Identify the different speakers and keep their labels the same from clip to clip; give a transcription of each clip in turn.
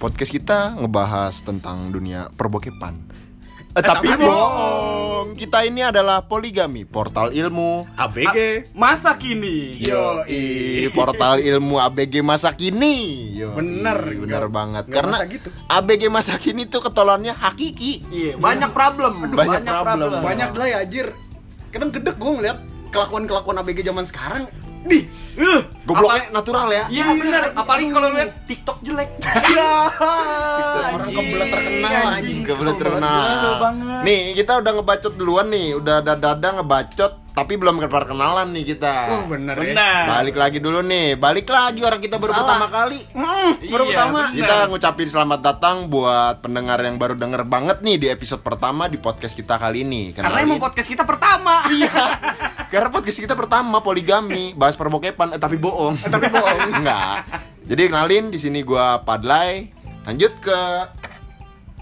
Speaker 1: podcast kita ngebahas tentang dunia perbokepan. Eh,
Speaker 2: Eh,
Speaker 1: tapi
Speaker 2: tapi
Speaker 1: bohong. Kita ini adalah poligami, portal ilmu.
Speaker 2: ABG
Speaker 3: ah, Masa kini
Speaker 1: Yoi, portal ilmu ABG masa kini. Yoi,
Speaker 2: Bener,
Speaker 1: bener
Speaker 2: nggak-
Speaker 1: banget.
Speaker 2: nggak
Speaker 1: Karena
Speaker 2: masa gitu.
Speaker 1: ABG masa kini tuh ketolannya hakiki.
Speaker 3: Iya, banyak problem.
Speaker 1: Aduh, banyak problem.
Speaker 2: banyak lah ya anjir kadang gedek gue ngeliat kelakuan-kelakuan ABG zaman sekarang di eh
Speaker 1: Gobloknya natural ya.
Speaker 3: Iya benar, apalagi kalau lihat TikTok jelek.
Speaker 2: Gitu, orang kebelet terkenal
Speaker 1: Anjing,
Speaker 2: anjing
Speaker 1: kebelet
Speaker 2: Kesel banget.
Speaker 1: terkenal.
Speaker 3: Kesel banget.
Speaker 1: Nih, kita udah ngebacot duluan nih, udah dada-dada ngebacot tapi belum keperkenalan nih kita.
Speaker 2: oh bener, ya
Speaker 3: Benar.
Speaker 1: Balik lagi dulu nih, balik lagi orang kita baru
Speaker 2: Salah.
Speaker 1: pertama kali.
Speaker 2: Hmm, baru
Speaker 3: Iya,
Speaker 2: pertama
Speaker 3: bener.
Speaker 1: Kita ngucapin selamat datang buat pendengar yang baru denger banget nih di episode pertama di podcast kita kali ini.
Speaker 3: Karena
Speaker 1: Kenalin.
Speaker 3: emang podcast kita pertama.
Speaker 1: Iya. Karena podcast kita pertama poligami, bahas perbokepan eh, tapi bohong. tapi bohong. Enggak. Jadi kenalin di sini gua Padlay. Lanjut ke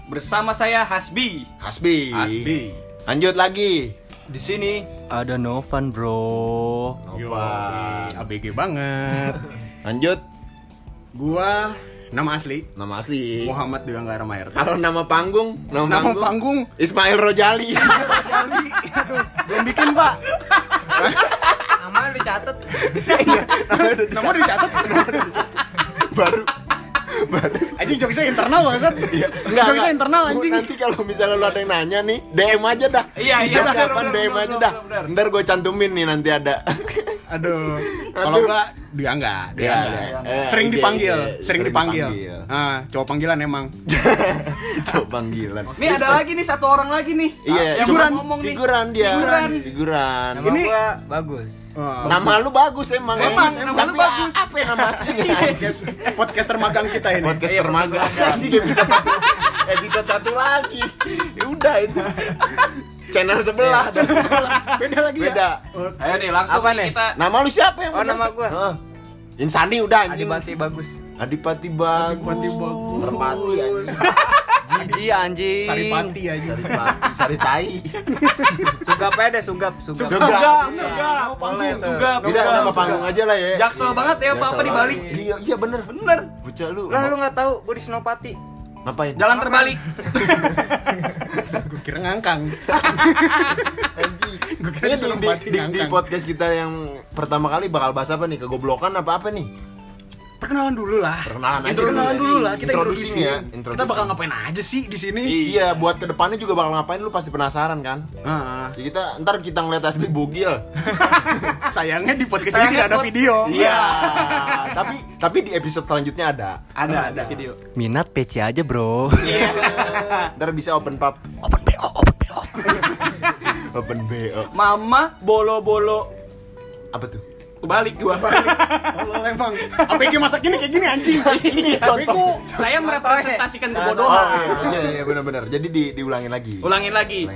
Speaker 3: Bersama saya Hasbi.
Speaker 1: Hasbi.
Speaker 2: Asbi
Speaker 1: Lanjut lagi.
Speaker 3: Di sini
Speaker 4: Ada Novan bro
Speaker 1: Nopan.
Speaker 2: ABG banget
Speaker 1: Lanjut
Speaker 2: gua nama asli
Speaker 1: nama asli.
Speaker 2: Muhammad Dewangga Ramayarta
Speaker 1: Kalau nama panggung, nama,
Speaker 2: nama
Speaker 1: panggung,
Speaker 2: panggung
Speaker 1: Ismail Rojali.
Speaker 2: Jali belum bikin pak
Speaker 3: nama dicatat.
Speaker 2: nama udah dicatat
Speaker 1: baru
Speaker 2: anjing jokesnya internal bangsat jokesnya internal
Speaker 1: Gua
Speaker 2: anjing
Speaker 1: Nanti kalau misalnya lu ada yang nanya nih, DM aja dah.
Speaker 3: Iya, iya,
Speaker 1: Jokes
Speaker 3: benar,
Speaker 1: apaan,
Speaker 3: benar,
Speaker 1: DM
Speaker 3: benar,
Speaker 1: aja
Speaker 3: benar,
Speaker 1: dah.
Speaker 3: benar.
Speaker 1: Ntar gue cantumin nih nanti ada.
Speaker 2: Aduh. Kalau enggak dia enggak, dia
Speaker 1: Iya,
Speaker 2: enggak.
Speaker 1: iya, iya.
Speaker 2: Sering
Speaker 1: Iya, iya,
Speaker 2: dipanggil,
Speaker 1: iya.
Speaker 2: sering
Speaker 1: Sering
Speaker 2: dipanggil.
Speaker 1: dipanggil.
Speaker 2: Ah, cowok panggilan emang.
Speaker 1: Coba panggilan.
Speaker 3: Nih ada lagi nih satu orang lagi nih.
Speaker 1: Iya,
Speaker 3: Ah, yang
Speaker 1: figuran,
Speaker 3: baru ngomong nih.
Speaker 1: figuran dia.
Speaker 3: Figuran.
Speaker 1: Figuran.
Speaker 4: Nama
Speaker 1: Ini
Speaker 4: gua bagus
Speaker 2: Ah,
Speaker 1: nama lu bagus emang.
Speaker 3: Emang, nama lu
Speaker 1: Tapi
Speaker 3: bagus.
Speaker 1: Apa ya nama aslinya?
Speaker 2: podcast podcaster magang kita ini.
Speaker 1: Podcast
Speaker 3: Iya,
Speaker 1: termaga. Anjing episode episode satu lagi. Ya udah itu. Channel sebelah.
Speaker 3: Iya,
Speaker 2: Beda lagi ya.
Speaker 1: Beda.
Speaker 3: Ayo nih langsung
Speaker 4: Apa
Speaker 3: nih
Speaker 4: nih?
Speaker 3: ya? kita.
Speaker 1: Nama lu siapa yang
Speaker 4: Oh,
Speaker 1: bener?
Speaker 4: nama gua.
Speaker 1: Heeh. Insani udah anjing.
Speaker 4: Adibati bagus
Speaker 1: Adipati bagus.
Speaker 2: Adipati bagus.
Speaker 1: Merpati anjing.
Speaker 4: Jiji Iya, anjing
Speaker 2: Eh, Saripati aja.
Speaker 1: Saripati, Saritai.
Speaker 4: Sugap aja deh sugap Sugap,
Speaker 1: Sugap.
Speaker 3: Sugap.
Speaker 4: Boleh tuh.
Speaker 3: Sugap.
Speaker 1: Iya. Tidak
Speaker 3: Sugap.
Speaker 1: nama panggung aja lah ya.
Speaker 3: Jaksel banget ya,
Speaker 1: Jaksel
Speaker 3: apa-apa dibalik.
Speaker 1: banget. Iya, iya bener.
Speaker 3: Bener.
Speaker 1: Bocah lu.
Speaker 4: Lah lu gak tahu gua di Senopati
Speaker 1: ngapain?
Speaker 3: Jalan terbalik.
Speaker 2: Gue kira ngangkang.
Speaker 1: Anjing.
Speaker 2: Gua kira
Speaker 1: Ini
Speaker 2: disuruh
Speaker 1: di,
Speaker 2: mati
Speaker 1: di, di
Speaker 2: ngangkang.
Speaker 1: podcast kita yang pertama kali bakal bahas apa nih? Kegoblokan apa apa nih?
Speaker 2: Perkenalan dulu lah.
Speaker 1: Perkenalan aja.
Speaker 2: Perkenalan dulu lah, kita
Speaker 1: Introducing
Speaker 2: introduksi
Speaker 1: ya,
Speaker 2: Kita
Speaker 1: introducing.
Speaker 2: bakal ngapain aja sih di sini?
Speaker 1: Iya, buat kedepannya juga bakal ngapain lu pasti penasaran kan?
Speaker 2: Ah,
Speaker 1: Jadi kita ntar kita ngeliat asli bugil.
Speaker 2: sayangnya di podcast ini tidak ada video.
Speaker 1: Iya. tapi tapi di episode selanjutnya ada.
Speaker 3: Ada ada video.
Speaker 4: Minat PC aja bro
Speaker 1: Ntar bisa open pub. Open BO, open BO. open BO.
Speaker 3: Mama bolo-bolo
Speaker 1: Apa tuh?
Speaker 3: kebalik gua.
Speaker 2: Allah emang. APG masak ini kayak gini anjing. Ini
Speaker 1: Iya, Contoh.
Speaker 3: Saya
Speaker 1: Oh,
Speaker 3: merepresentasikan kebodohan.
Speaker 1: iya, iya, iya benar-benar. Jadi di, diulangin lagi.
Speaker 3: Ulangin lagi.
Speaker 1: Ulangin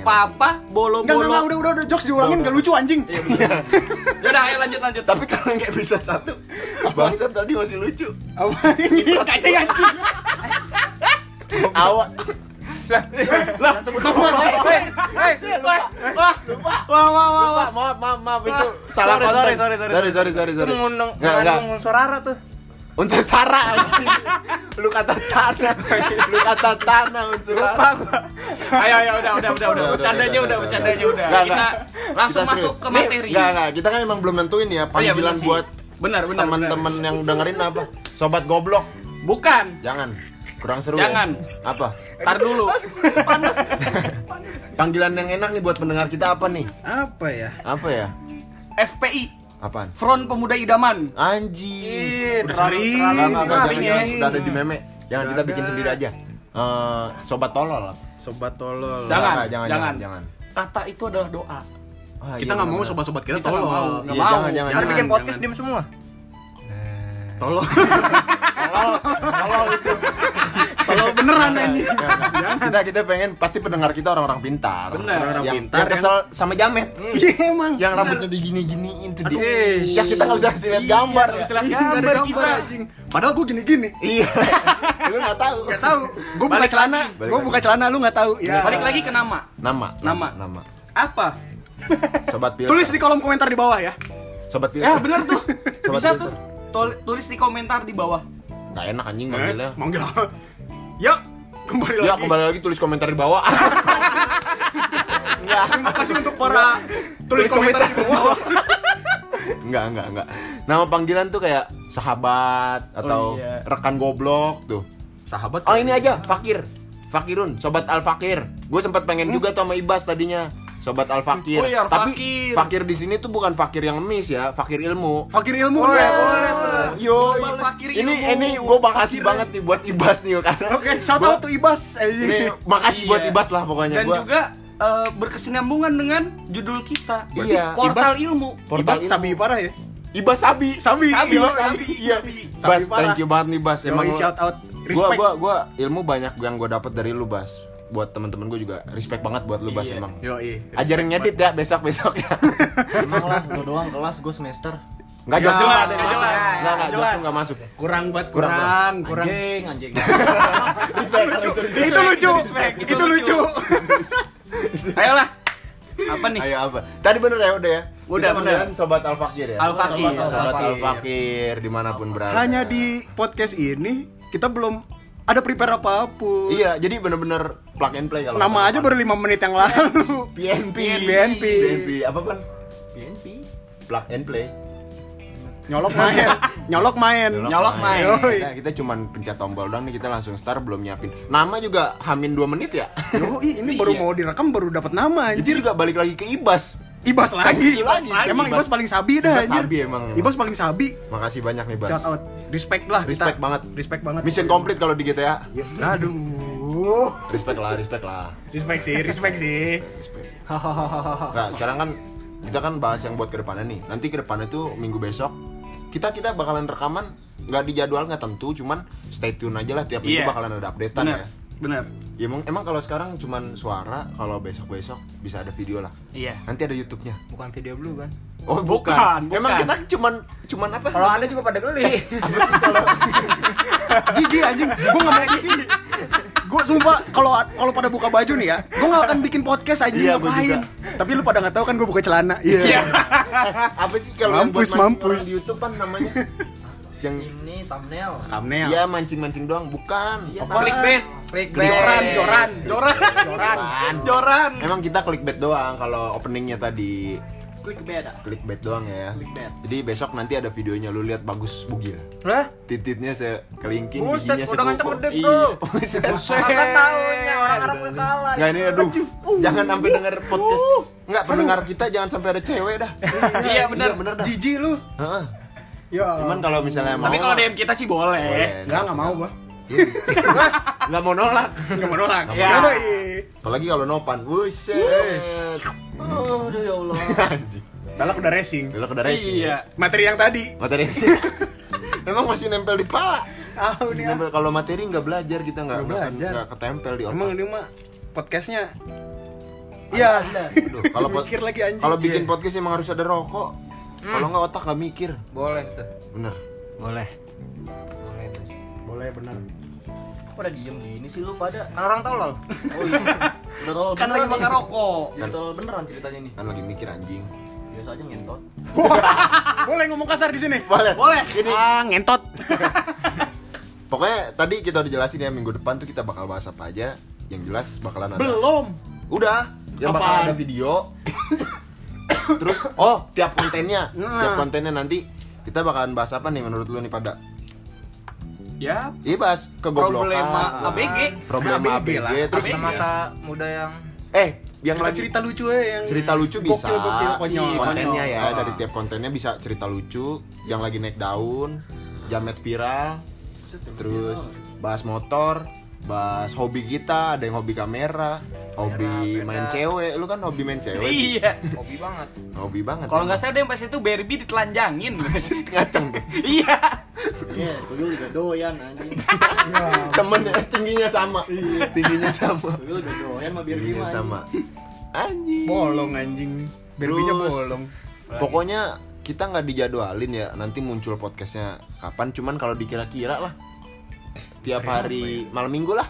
Speaker 3: Papa
Speaker 2: Enggak, enggak,
Speaker 3: bolo-bolo.
Speaker 2: udah, udah, udah, jokes diulangin, gak lucu anjing
Speaker 1: Iya,
Speaker 3: Udah ayo lanjut lanjut.
Speaker 1: Tapi kalau nggak episode satu, bangsa tadi masih lucu.
Speaker 2: Apa ini? Kaceng anjing
Speaker 1: Awak.
Speaker 3: Lah sebut nama. Hei, hei, hei, hei. Wah,
Speaker 2: Wah, wah, wah,
Speaker 1: Lupa, maaf, maaf, maaf itu salah
Speaker 4: sorry,
Speaker 1: konten.
Speaker 4: sorry, sorry, sorry.
Speaker 1: sorry, sorry, sorry,
Speaker 4: Itu
Speaker 1: sorry.
Speaker 4: mengundang
Speaker 1: Nggak, nggak.
Speaker 4: mengandung unsur hara tuh
Speaker 1: Unsur sara anjing. Lu kata tanah, lu kata tanah unsur hara.
Speaker 3: Ayo ayo udah udah udah udah
Speaker 1: Udah, udah,
Speaker 3: bercandanya udah
Speaker 1: udah,
Speaker 3: bercandanya
Speaker 1: udah.
Speaker 3: udah.
Speaker 1: Nggak,
Speaker 3: Kita
Speaker 1: nggak.
Speaker 3: langsung
Speaker 1: Kita serius.
Speaker 3: masuk ke
Speaker 1: Nih,
Speaker 3: materi.
Speaker 1: Nggak, nggak, kita kan emang belum nentuin ya
Speaker 3: Oh, iya,
Speaker 1: panggilan
Speaker 3: bener sih.
Speaker 1: buat
Speaker 3: benar benar
Speaker 1: temen-temen yang dengerin apa? Sobat goblok.
Speaker 3: benar. Bukan.
Speaker 1: Jangan. Kurang seru.
Speaker 3: Jangan.
Speaker 1: Ya? Apa?
Speaker 3: Tar dulu.
Speaker 1: Panggilan yang enak nih buat pendengar kita apa nih?
Speaker 2: Apa ya?
Speaker 1: Apa ya?
Speaker 3: FPI
Speaker 1: Apaan?
Speaker 3: Front Pemuda Idaman. Iya.
Speaker 1: Anjing.
Speaker 2: Udah
Speaker 4: terlalu-
Speaker 2: sering.
Speaker 1: Nggak,
Speaker 4: terlalu-
Speaker 1: nggak, nggak,
Speaker 3: sering
Speaker 1: jangan,
Speaker 2: ya.
Speaker 1: udah ada di meme. Jangan
Speaker 2: Udah
Speaker 1: kita bikin
Speaker 2: ada.
Speaker 1: sendiri aja. Eh, sobat tolol.
Speaker 2: Sobat tolol
Speaker 3: Jangan,
Speaker 1: Nggak, nggak, jangan, jangan,
Speaker 3: jangan.
Speaker 1: jangan.
Speaker 3: Kata itu adalah doa.
Speaker 1: Ah,
Speaker 2: Kita
Speaker 1: iya,
Speaker 2: nggak mau
Speaker 1: bener-bener.
Speaker 2: sobat-sobat kita
Speaker 3: Kita nggak mau.
Speaker 2: tolol
Speaker 3: Nggak
Speaker 1: Iya,
Speaker 3: mau.
Speaker 1: jangan, jangan,
Speaker 4: Jangan
Speaker 1: jangan.
Speaker 4: bikin podcast
Speaker 2: Oh, jangan.
Speaker 4: diem semua
Speaker 2: Tolol
Speaker 1: Tolol, tolol itu.
Speaker 2: Tolol beneran anjing
Speaker 1: kita kita pengen pasti pendengar kita orang-orang pintar.
Speaker 3: Bener.
Speaker 2: Orang-orang
Speaker 1: yang,
Speaker 2: pintar kan.
Speaker 1: yang kesel sama jamet.
Speaker 3: Hmm.
Speaker 2: Iya emang
Speaker 1: Yang rambutnya digini-giniin tuh dia.
Speaker 2: Aduh.
Speaker 1: Ya kita nggak bisa kasih lihat gambar.
Speaker 3: nggak bisa
Speaker 1: ya.
Speaker 3: lihat
Speaker 2: Iya, nggak ada
Speaker 3: Gambar
Speaker 2: gambar
Speaker 3: kita.
Speaker 2: anjing Padahal gue gini-gini
Speaker 1: Iya. Lu nggak tahu.
Speaker 2: Gak tau Gue buka
Speaker 3: Balik
Speaker 2: celana
Speaker 1: Balik
Speaker 2: Gue
Speaker 1: lagi.
Speaker 2: buka celana lu nggak tahu ya.
Speaker 3: Balik lagi ke nama.
Speaker 1: Nama,
Speaker 3: Nama.
Speaker 1: nama.
Speaker 3: Apa?
Speaker 1: Sobat Pilter.
Speaker 2: Tulis di kolom komentar di bawah ya
Speaker 1: Sobat Pilter.
Speaker 3: Ya benar tuh.
Speaker 1: Sobat
Speaker 3: Bisa
Speaker 1: Twitter.
Speaker 3: tuh. Tol- Tulis di komentar di bawah.
Speaker 1: Nggak enak anjing manggilnya.
Speaker 2: Manggil apa?
Speaker 3: Yuk, kembali
Speaker 1: Ya
Speaker 3: lagi.
Speaker 1: kembali lagi tulis komentar di bawah.
Speaker 2: Terima kasih untuk para tulis komentar di bawah.
Speaker 1: enggak, enggak, enggak. Nama panggilan tuh kayak sahabat atau
Speaker 3: iya.
Speaker 1: rekan goblok tuh.
Speaker 2: Sahabat.
Speaker 1: Oh ini aja, Fakir. Fakirun, sobat Al Fakir. Gue sempat pengen juga tuh sama Ibas tadinya. Sobat Al Fakir.
Speaker 3: Oh iya, Al
Speaker 1: Tapi
Speaker 3: Fakir.
Speaker 1: Fakir di sini tuh bukan Fakir yang miss ya, Fakir ilmu.
Speaker 2: Fakir ilmu. Ya.
Speaker 3: Boleh,
Speaker 2: Boleh,
Speaker 3: boleh, boleh.
Speaker 1: Yo,
Speaker 3: Sobat Fakir
Speaker 1: ini
Speaker 3: ilmu.
Speaker 1: ini gue makasih banget nih buat Ibas nih karena
Speaker 2: Oke, shout out to Ibas. Eh,
Speaker 1: ini makasih
Speaker 3: Iya.
Speaker 1: buat Ibas lah pokoknya
Speaker 3: Dan
Speaker 1: gua.
Speaker 3: juga eh, berkesinambungan dengan judul kita.
Speaker 1: Iya.
Speaker 3: Portal
Speaker 2: Ibas-
Speaker 3: ilmu.
Speaker 1: Portal
Speaker 2: Ibas
Speaker 1: ilmu.
Speaker 2: sabi parah ya.
Speaker 1: Ibas Sabi.
Speaker 2: Sabi.
Speaker 1: Sabi,
Speaker 2: Yo,
Speaker 1: Sabi. Iya.
Speaker 2: Sabi.
Speaker 1: Bas,
Speaker 2: Sabi parah.
Speaker 1: thank you banget nih Bas. Emang
Speaker 2: Emang
Speaker 1: lu-
Speaker 2: shout out.
Speaker 1: gua
Speaker 2: Respect.
Speaker 1: gua gua ilmu banyak yang gue dapet dari lu Bas. Buat temen-temen gue juga respect banget buat lu Bas
Speaker 3: Iya.
Speaker 1: emang.
Speaker 2: Yo, iya.
Speaker 1: Ajarin ngedit ya besok-besok ya.
Speaker 4: Emang lah, lo doang kelas gue semester.
Speaker 1: Enggak
Speaker 2: Nggak
Speaker 1: jelas,
Speaker 2: jelas,
Speaker 1: nggak
Speaker 2: nggak
Speaker 1: masuk.
Speaker 3: jelas.
Speaker 1: Nggak, nggak,
Speaker 3: Nggak
Speaker 1: jelas
Speaker 3: jelas.
Speaker 1: nggak masuk.
Speaker 2: Kurang banget,
Speaker 1: Kurang,
Speaker 2: kurang, kurang.
Speaker 4: Anjing, anjing.
Speaker 2: Lucu. Itu lucu. Itu lucu.
Speaker 3: Ayolah. Apa nih?
Speaker 1: Ayo apa? Tadi bener ya udah ya.
Speaker 3: Udah,
Speaker 1: Kita
Speaker 3: bener.
Speaker 1: panggilan sobat Al Fakir ya.
Speaker 3: Al Fakir.
Speaker 1: Sobat Al- Sobat Al
Speaker 4: Al
Speaker 1: Fakir dimanapun berada.
Speaker 2: Hanya di podcast ini kita belum ada prepare apapun.
Speaker 1: Iya, jadi bener-bener plug and play kalau
Speaker 2: Nama aja baru 5 menit yang lalu.
Speaker 1: BNP.
Speaker 2: BNP.
Speaker 1: BNP apa pan? Plug and play.
Speaker 2: Nyolok main. Nyolok main.
Speaker 3: Nyolok main.
Speaker 2: Yoi.
Speaker 1: Kita, kita cuman pencet tombol doang nih kita langsung start belum nyiapin. Nama juga hamin 2 menit ya.
Speaker 2: Yoi, ini baru
Speaker 3: Iya.
Speaker 2: mau direkam baru dapat nama
Speaker 1: Itu
Speaker 2: anjir.
Speaker 1: juga balik lagi ke Ibas.
Speaker 2: Ibas lagi.
Speaker 1: Ibas lagi.
Speaker 2: Emang
Speaker 1: Ibas-
Speaker 2: Ibas paling sabi dah
Speaker 1: Ibas
Speaker 2: anjir.
Speaker 1: sabi emang, emang.
Speaker 2: Ibas paling sabi.
Speaker 1: Makasih banyak nih Bas.
Speaker 2: Shout out. Respect lah kita.
Speaker 1: Respect banget.
Speaker 2: Respect banget.
Speaker 1: Mission komplit kalau di GTA.
Speaker 2: Ya, Aduh.
Speaker 1: Respect lah, respect lah.
Speaker 2: Respect sih, respect sih.
Speaker 1: Respect. Nah, sekarang kan kita kan bahas yang buat kedepannya nih. Nanti kedepannya tuh minggu besok kita kita bakalan rekaman nggak dijadwal nggak tentu, cuman stay tune aja lah tiap minggu
Speaker 3: Iya.
Speaker 1: bakalan ada updatean
Speaker 3: Benar.
Speaker 1: ya.
Speaker 3: Benar.
Speaker 1: Ya emang, emang kalau sekarang cuman suara, kalau besok-besok bisa ada video lah.
Speaker 3: Iya.
Speaker 1: Nanti ada YouTube-nya.
Speaker 4: Bukan video blue kan?
Speaker 1: Oh,
Speaker 3: Bukan, bukan.
Speaker 1: Emang kita cuman cuman apa?
Speaker 4: Kalau anda juga pada geli.
Speaker 2: Gigi anjing, gue nggak mau gigi. Gue sumpah kalau kalau pada buka baju nih ya, gue nggak akan bikin podcast anjing
Speaker 1: Iya, gua
Speaker 2: ngapain. Tapi lu pada nggak tahu kan gue buka celana.
Speaker 3: Iya.
Speaker 1: apa sih kalau yang buat
Speaker 2: Mampus,
Speaker 1: mancing
Speaker 2: mampus.
Speaker 1: orang di YouTube kan namanya? yang
Speaker 4: Ini thumbnail.
Speaker 3: Iya.
Speaker 2: Thumbnail.
Speaker 1: ya mancing-mancing doang, bukan.
Speaker 4: Iya,
Speaker 1: Apa?
Speaker 4: Apaan?
Speaker 3: Clickbait. Iya. Eh.
Speaker 4: Clickbait.
Speaker 2: Joran, joran,
Speaker 3: Joran.
Speaker 2: joran.
Speaker 3: Joran.
Speaker 1: Emang kita clickbait doang kalau openingnya tadi
Speaker 4: Clickbait. ah.
Speaker 1: clickbait doang ya.
Speaker 4: Clickbait.
Speaker 1: Jadi besok nanti ada videonya lu lihat bagus bugil.
Speaker 4: Hah?
Speaker 1: Tititnya sekelingking,
Speaker 4: Buset,
Speaker 1: giginya
Speaker 4: udah ngancam
Speaker 1: sekokok.
Speaker 4: gede
Speaker 3: Iya.
Speaker 4: bro.
Speaker 1: Buset.
Speaker 4: Makan tahunnya orang Arab gak kalah.
Speaker 1: Nggak ini aduh.
Speaker 4: Uh.
Speaker 1: Jangan sampai denger podcast. Enggak pendengar kita jangan sampai ada cewek dah.
Speaker 2: ya.
Speaker 3: Iya, bener.
Speaker 1: bener dah.
Speaker 2: Jiji lu.
Speaker 1: Heeh.
Speaker 4: Iya.
Speaker 2: Ya.
Speaker 1: Cuman kalau misalnya mau
Speaker 3: Tapi kalau
Speaker 1: mah,
Speaker 3: DM kita sih
Speaker 4: eh,
Speaker 3: boleh.
Speaker 1: Iya. boleh. Iya.
Speaker 2: Enggak, enggak mau gua.
Speaker 1: Nggak mau nolak.
Speaker 2: Enggak mau nolak.
Speaker 1: Nggak
Speaker 3: mau
Speaker 2: Ya.
Speaker 3: nolak.
Speaker 4: Iya.
Speaker 1: Apalagi kalau nopan. Buset.
Speaker 4: Aduh ya Allah.
Speaker 1: Anjing.
Speaker 2: Balak udah racing.
Speaker 1: Belok dari sini.
Speaker 3: Iya.
Speaker 2: Materi yang tadi.
Speaker 1: Materi. Emang masih nempel di pala.
Speaker 2: Ah,
Speaker 1: Masih nempel kalau materi nggak belajar kita nggak
Speaker 2: Nggak
Speaker 1: nggak akan-
Speaker 2: belajar.
Speaker 1: nggak ketempel di otak.
Speaker 2: Emang ini mah podcastnya Iya.
Speaker 1: Duh, kalau pod-
Speaker 2: Mikir lagi anjing. Iya. Hmm.
Speaker 1: kalau bikin podcast emang harus ada rokok. Kalau nggak otak nggak mikir.
Speaker 4: Boleh tuh.
Speaker 1: Bener.
Speaker 4: Boleh. Boleh tuh.
Speaker 2: boleh benar.
Speaker 4: Kok pada diem gini sih lu pada? Kan orang tolol. Oh iya. Udah tolol.
Speaker 3: Kan lagi makan rokok.
Speaker 1: Jadi
Speaker 4: tolol beneran ceritanya nih.
Speaker 1: Kan lagi mikir anjing.
Speaker 4: Biasa aja ngentot.
Speaker 2: Boleh ngomong kasar di sini.
Speaker 1: Boleh.
Speaker 3: Boleh.
Speaker 2: Ah, ngentot.
Speaker 1: Pokoknya tadi kita udah jelasin ya minggu depan tuh kita bakal bahas apa aja. Yang jelas bakalan ada.
Speaker 2: Belum.
Speaker 1: Udah. Yang bakal
Speaker 2: Apaan?
Speaker 1: ada video. Terus oh tiap kontennya,
Speaker 2: Nah.
Speaker 1: tiap kontennya nanti kita bakalan bahas apa nih menurut lu nih pada?
Speaker 3: Ya.
Speaker 1: Iya bahas kegoblokan. eh,
Speaker 3: Problema ABG.
Speaker 1: Problema
Speaker 2: ABG
Speaker 1: ABG,
Speaker 2: lah.
Speaker 1: terus
Speaker 3: ABG.
Speaker 4: Masa muda yang
Speaker 1: eh yang
Speaker 2: cerita,
Speaker 1: lagi
Speaker 2: cerita lucu ya yang
Speaker 1: cerita lucu bisa
Speaker 2: Gokil, gokil, konyol.
Speaker 1: Iya, kontennya ya
Speaker 2: Ah.
Speaker 1: dari tiap kontennya bisa cerita lucu yang lagi naik daun jamet viral terus bahas motor bahas hobi kita ada yang hobi kamera hobi
Speaker 4: Kamera,
Speaker 1: main
Speaker 4: beda.
Speaker 1: cewek lu kan hobi main cewek
Speaker 3: Iya.
Speaker 4: hobi banget.
Speaker 1: hobi banget
Speaker 3: Kalau nggak saya DM pas itu Barbie ditelanjangin.
Speaker 1: ngaceng deh
Speaker 3: Iya.
Speaker 4: Iya, dulu juga doyan anjing.
Speaker 1: temennya tingginya sama tingginya sama
Speaker 4: Dulu juga doyan mah biar
Speaker 1: tingginya sama anjing
Speaker 2: bolong anjing. Berbinya
Speaker 1: Terus.
Speaker 2: bolong.
Speaker 1: Pokoknya kita nggak dijadwalin ya nanti muncul podcastnya kapan cuman kalau dikira-kira lah tiap hari malam minggu lah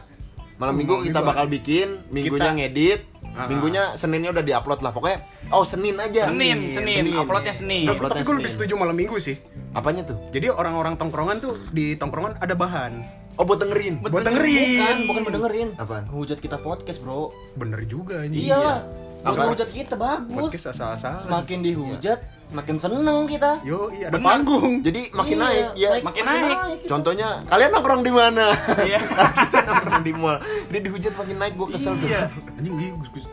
Speaker 1: malam
Speaker 2: Oh,
Speaker 1: minggu
Speaker 2: malam
Speaker 1: kita
Speaker 2: minggu.
Speaker 1: bakal bikin minggunya
Speaker 2: Kita-
Speaker 1: ngedit
Speaker 2: Ah.
Speaker 1: minggunya seninnya udah diupload lah pokoknya oh senin aja
Speaker 3: Senin, Senin, uploadnya Senin.
Speaker 1: Uploadnya
Speaker 2: Tapi gue lebih
Speaker 1: Senin.
Speaker 2: setuju malam minggu sih.
Speaker 1: apanya tuh
Speaker 2: Jadi orang-orang tongkrongan tuh di tongkrongan ada bahan.
Speaker 1: Oh buat dengerin.
Speaker 3: Bet-
Speaker 2: buat dengerin.
Speaker 4: Bukan, bukan mendengerin.
Speaker 1: Apaan?
Speaker 4: Ngehujat kita podcast, Bro.
Speaker 2: Bener juga anjing.
Speaker 4: Iya. Bukan Iya.
Speaker 1: Apa?
Speaker 4: ngehujat kita bagus.
Speaker 2: Podcast asal-asalan.
Speaker 4: Semakin dihujat, makin seneng kita.
Speaker 2: Yo, iya ada
Speaker 3: Bener.
Speaker 2: panggung.
Speaker 1: Jadi makin
Speaker 4: Iya,
Speaker 1: naik ya.
Speaker 3: Makin naik.
Speaker 4: gitu.
Speaker 1: Contohnya kalian nongkrong di mana?
Speaker 3: Iya.
Speaker 1: Kita nongkrong di mall. Dia dihujat makin naik gue kesel tuh.
Speaker 3: Iya.
Speaker 2: Anjing iya, gus- gus.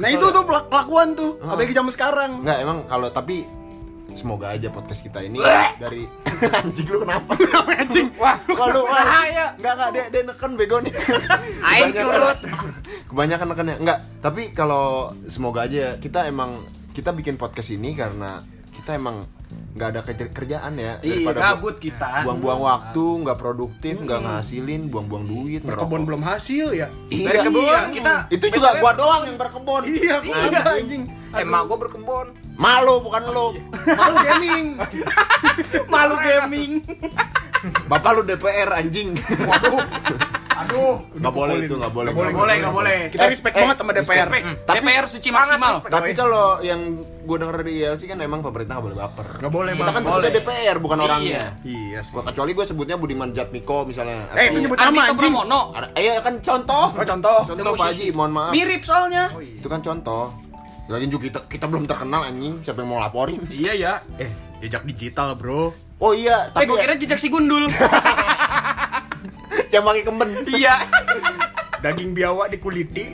Speaker 2: Nah itu tuh pelak- kelakuan tuh.
Speaker 1: Ah.
Speaker 2: Apalagi zaman sekarang.
Speaker 1: Enggak emang kalau tapi semoga aja podcast kita ini dari anjing lu kenapa?
Speaker 2: anjing?
Speaker 3: Wah,
Speaker 1: Kalau
Speaker 3: Bahaya.
Speaker 1: Enggak enggak dia dia neken bego nih. Kebanyakan-
Speaker 3: Aing curut.
Speaker 1: Kebanyakan nekennya. Enggak, tapi kalau semoga aja ya, kita emang kita bikin podcast ini karena kita emang nggak ada kejer- kerjaan ya
Speaker 3: Iya,
Speaker 1: bu-
Speaker 3: gabut kita.
Speaker 1: buang-buang waktu, nggak produktif, nggak ngasilin, buang-buang duit, ngerokok.
Speaker 2: Berkebun belum hasil ya.
Speaker 3: Dari
Speaker 1: Iya.
Speaker 3: kebun kita.
Speaker 1: Itu juga gua doang yang berkebun.
Speaker 2: Iya, gua
Speaker 1: Anjing.
Speaker 2: ada, anjing.
Speaker 3: Emang gua berkebun.
Speaker 1: Malu bukan lu.
Speaker 2: Malu gaming.
Speaker 3: Malu gaming.
Speaker 1: Bapak lu DPR anjing.
Speaker 2: Aduh,
Speaker 1: Nggak boleh itu, nggak boleh.
Speaker 2: Nggak boleh,
Speaker 3: nggak boleh.
Speaker 2: Kita
Speaker 1: Eh,
Speaker 2: respect
Speaker 1: eh,
Speaker 2: banget sama DPR.
Speaker 1: respect. Tapi-
Speaker 3: DPR suci maksimal.
Speaker 2: respect.
Speaker 1: Tapi kalau yang gue denger dari ILC kan emang pemerintah nggak boleh baper.
Speaker 2: Nggak boleh,
Speaker 1: Kita kan
Speaker 2: Bang.
Speaker 1: sebutnya
Speaker 3: Boleh.
Speaker 1: DPR bukan
Speaker 3: Iya.
Speaker 1: orangnya.
Speaker 2: Iya sih.
Speaker 1: Gua kecuali gue sebutnya Budiman Jatmiko misalnya.
Speaker 2: Eh, itu nyebut nama
Speaker 3: Andito
Speaker 2: anjing.
Speaker 3: Pramono.
Speaker 1: Ada- Eh, kan contoh.
Speaker 2: Oh, contoh.
Speaker 1: Contoh Pak Haji, mohon maaf.
Speaker 3: Mirip soalnya.
Speaker 1: Itu kan contoh. Lagi juga kita kita belum terkenal anjing, siapa yang mau laporin?
Speaker 3: Iya ya.
Speaker 2: Eh, jejak digital, Bro.
Speaker 1: Oh iya,
Speaker 3: Eh
Speaker 1: tapi
Speaker 3: gua kira jejak si gundul.
Speaker 1: yang pakai kemben.
Speaker 3: Iya.
Speaker 2: Daging biawak dikuliti.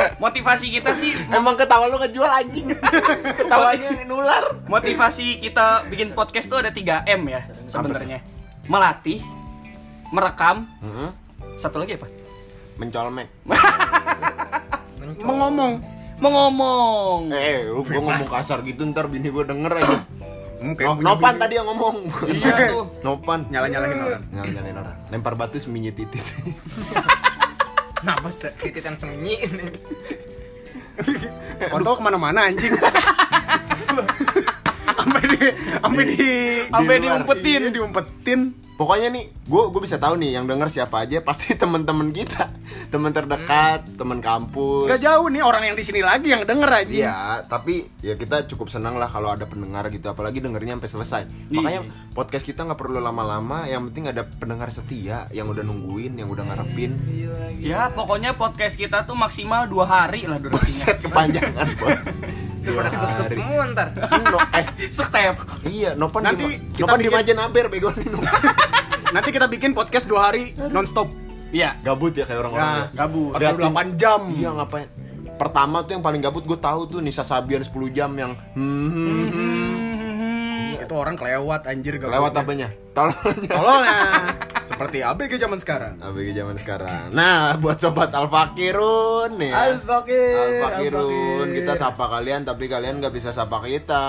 Speaker 3: Motivasi kita sih
Speaker 1: Emang ketawa lu ngejual anjing. Ketawanya nular.
Speaker 3: motivasi kita bikin podcast tuh ada 3M ya sebenarnya. Melatih, merekam,
Speaker 1: Heeh.
Speaker 3: satu lagi apa?
Speaker 1: Mencolmek.
Speaker 2: Mengomong.
Speaker 3: Mengomong.
Speaker 1: Eh, lu gua ngomong kasar gitu ntar bini gua denger aja.
Speaker 2: Mungkin
Speaker 1: No- nopan tadi yang ngomong.
Speaker 3: Iya tuh.
Speaker 1: Nopan.
Speaker 2: nyala-nyalain orang.
Speaker 1: Nyalain orang. Lempar batu seminyi titit.
Speaker 2: Kenapa sih?
Speaker 5: tititan sembunyi
Speaker 2: Kontol kemana-mana anjing. Sampai di, sampai di,
Speaker 3: Sampai
Speaker 1: luar.
Speaker 3: diumpetin.
Speaker 2: Iya, diumpetin.
Speaker 1: Pokoknya nih, gue gue bisa tahu nih yang denger siapa aja pasti temen-temen kita, temen terdekat, temen kampus.
Speaker 2: Gak jauh nih orang yang di sini lagi yang denger aja.
Speaker 1: Iya, tapi ya kita cukup senang lah kalau ada pendengar gitu, apalagi dengernya sampai selesai. Makanya podcast kita nggak perlu lama-lama, yang penting ada pendengar setia yang udah nungguin, yang udah ngarepin.
Speaker 3: Ya, pokoknya podcast kita tuh maksimal dua hari lah durasinya.
Speaker 1: Set kepanjangan, Bos. Dua
Speaker 5: sekut
Speaker 1: hari.
Speaker 5: semua ntar
Speaker 1: No, eh,
Speaker 3: Step.
Speaker 1: iya, Nopan
Speaker 2: Nanti
Speaker 1: di,
Speaker 2: kita
Speaker 1: Nopan di
Speaker 2: bikin-
Speaker 1: Majen Ampir bego nih, Nopan.
Speaker 2: Nanti kita bikin podcast dua hari nonstop.
Speaker 3: Iya.
Speaker 1: Gabut ya kayak orang-orang.
Speaker 2: Nah,
Speaker 1: ya.
Speaker 3: Gabut.
Speaker 1: Liatin.
Speaker 2: 48 jam.
Speaker 1: Iya ngapain? Pertama tuh yang paling gabut gue tahu tuh Nisa Sabian 10 jam yang hmm, hmm, hmm.
Speaker 2: Itu orang kelewat anjir gak
Speaker 1: lewat apanya? Tolongnya.
Speaker 2: Tololnya. Seperti ABG zaman sekarang.
Speaker 1: ABG Nah, zaman sekarang. Nah, buat sobat Alfakirun nih. ya.
Speaker 2: Al-Fakir,
Speaker 1: Alfakirun,
Speaker 2: Al-Fakir.
Speaker 1: kita sapa kalian tapi kalian nggak bisa sapa kita.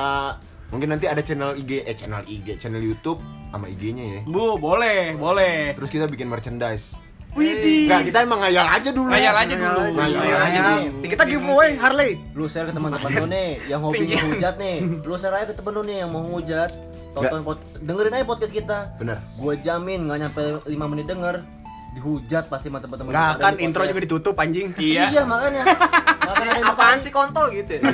Speaker 1: Mungkin nanti ada channel IG, eh channel IG, channel YouTube sama IG-nya ya.
Speaker 3: Bu, boleh, boleh.
Speaker 1: Terus kita bikin merchandise.
Speaker 3: Widih.
Speaker 1: Nggak, kita emang ngayal aja dulu.
Speaker 3: Ngayal aja dulu.
Speaker 1: Ngayal aja
Speaker 2: Ayo,
Speaker 1: dulu.
Speaker 2: Nah, kita giveaway Harley.
Speaker 4: Lu share ke teman-teman lu nih yang hobi ngehujat nih. Lu share aja ke temen lu nih yang mau ngehujat. Tonton pod- dengerin aja podcast kita.
Speaker 1: Bener.
Speaker 4: Gua jamin nggak nyampe 5 menit denger dihujat pasti sama teman-teman.
Speaker 2: Gak kan intro juga ditutup anjing.
Speaker 4: Iya,
Speaker 3: Iya.
Speaker 4: makanya. Nggak kan? akan ada yang
Speaker 5: apaan sih kontol gitu
Speaker 4: Iya,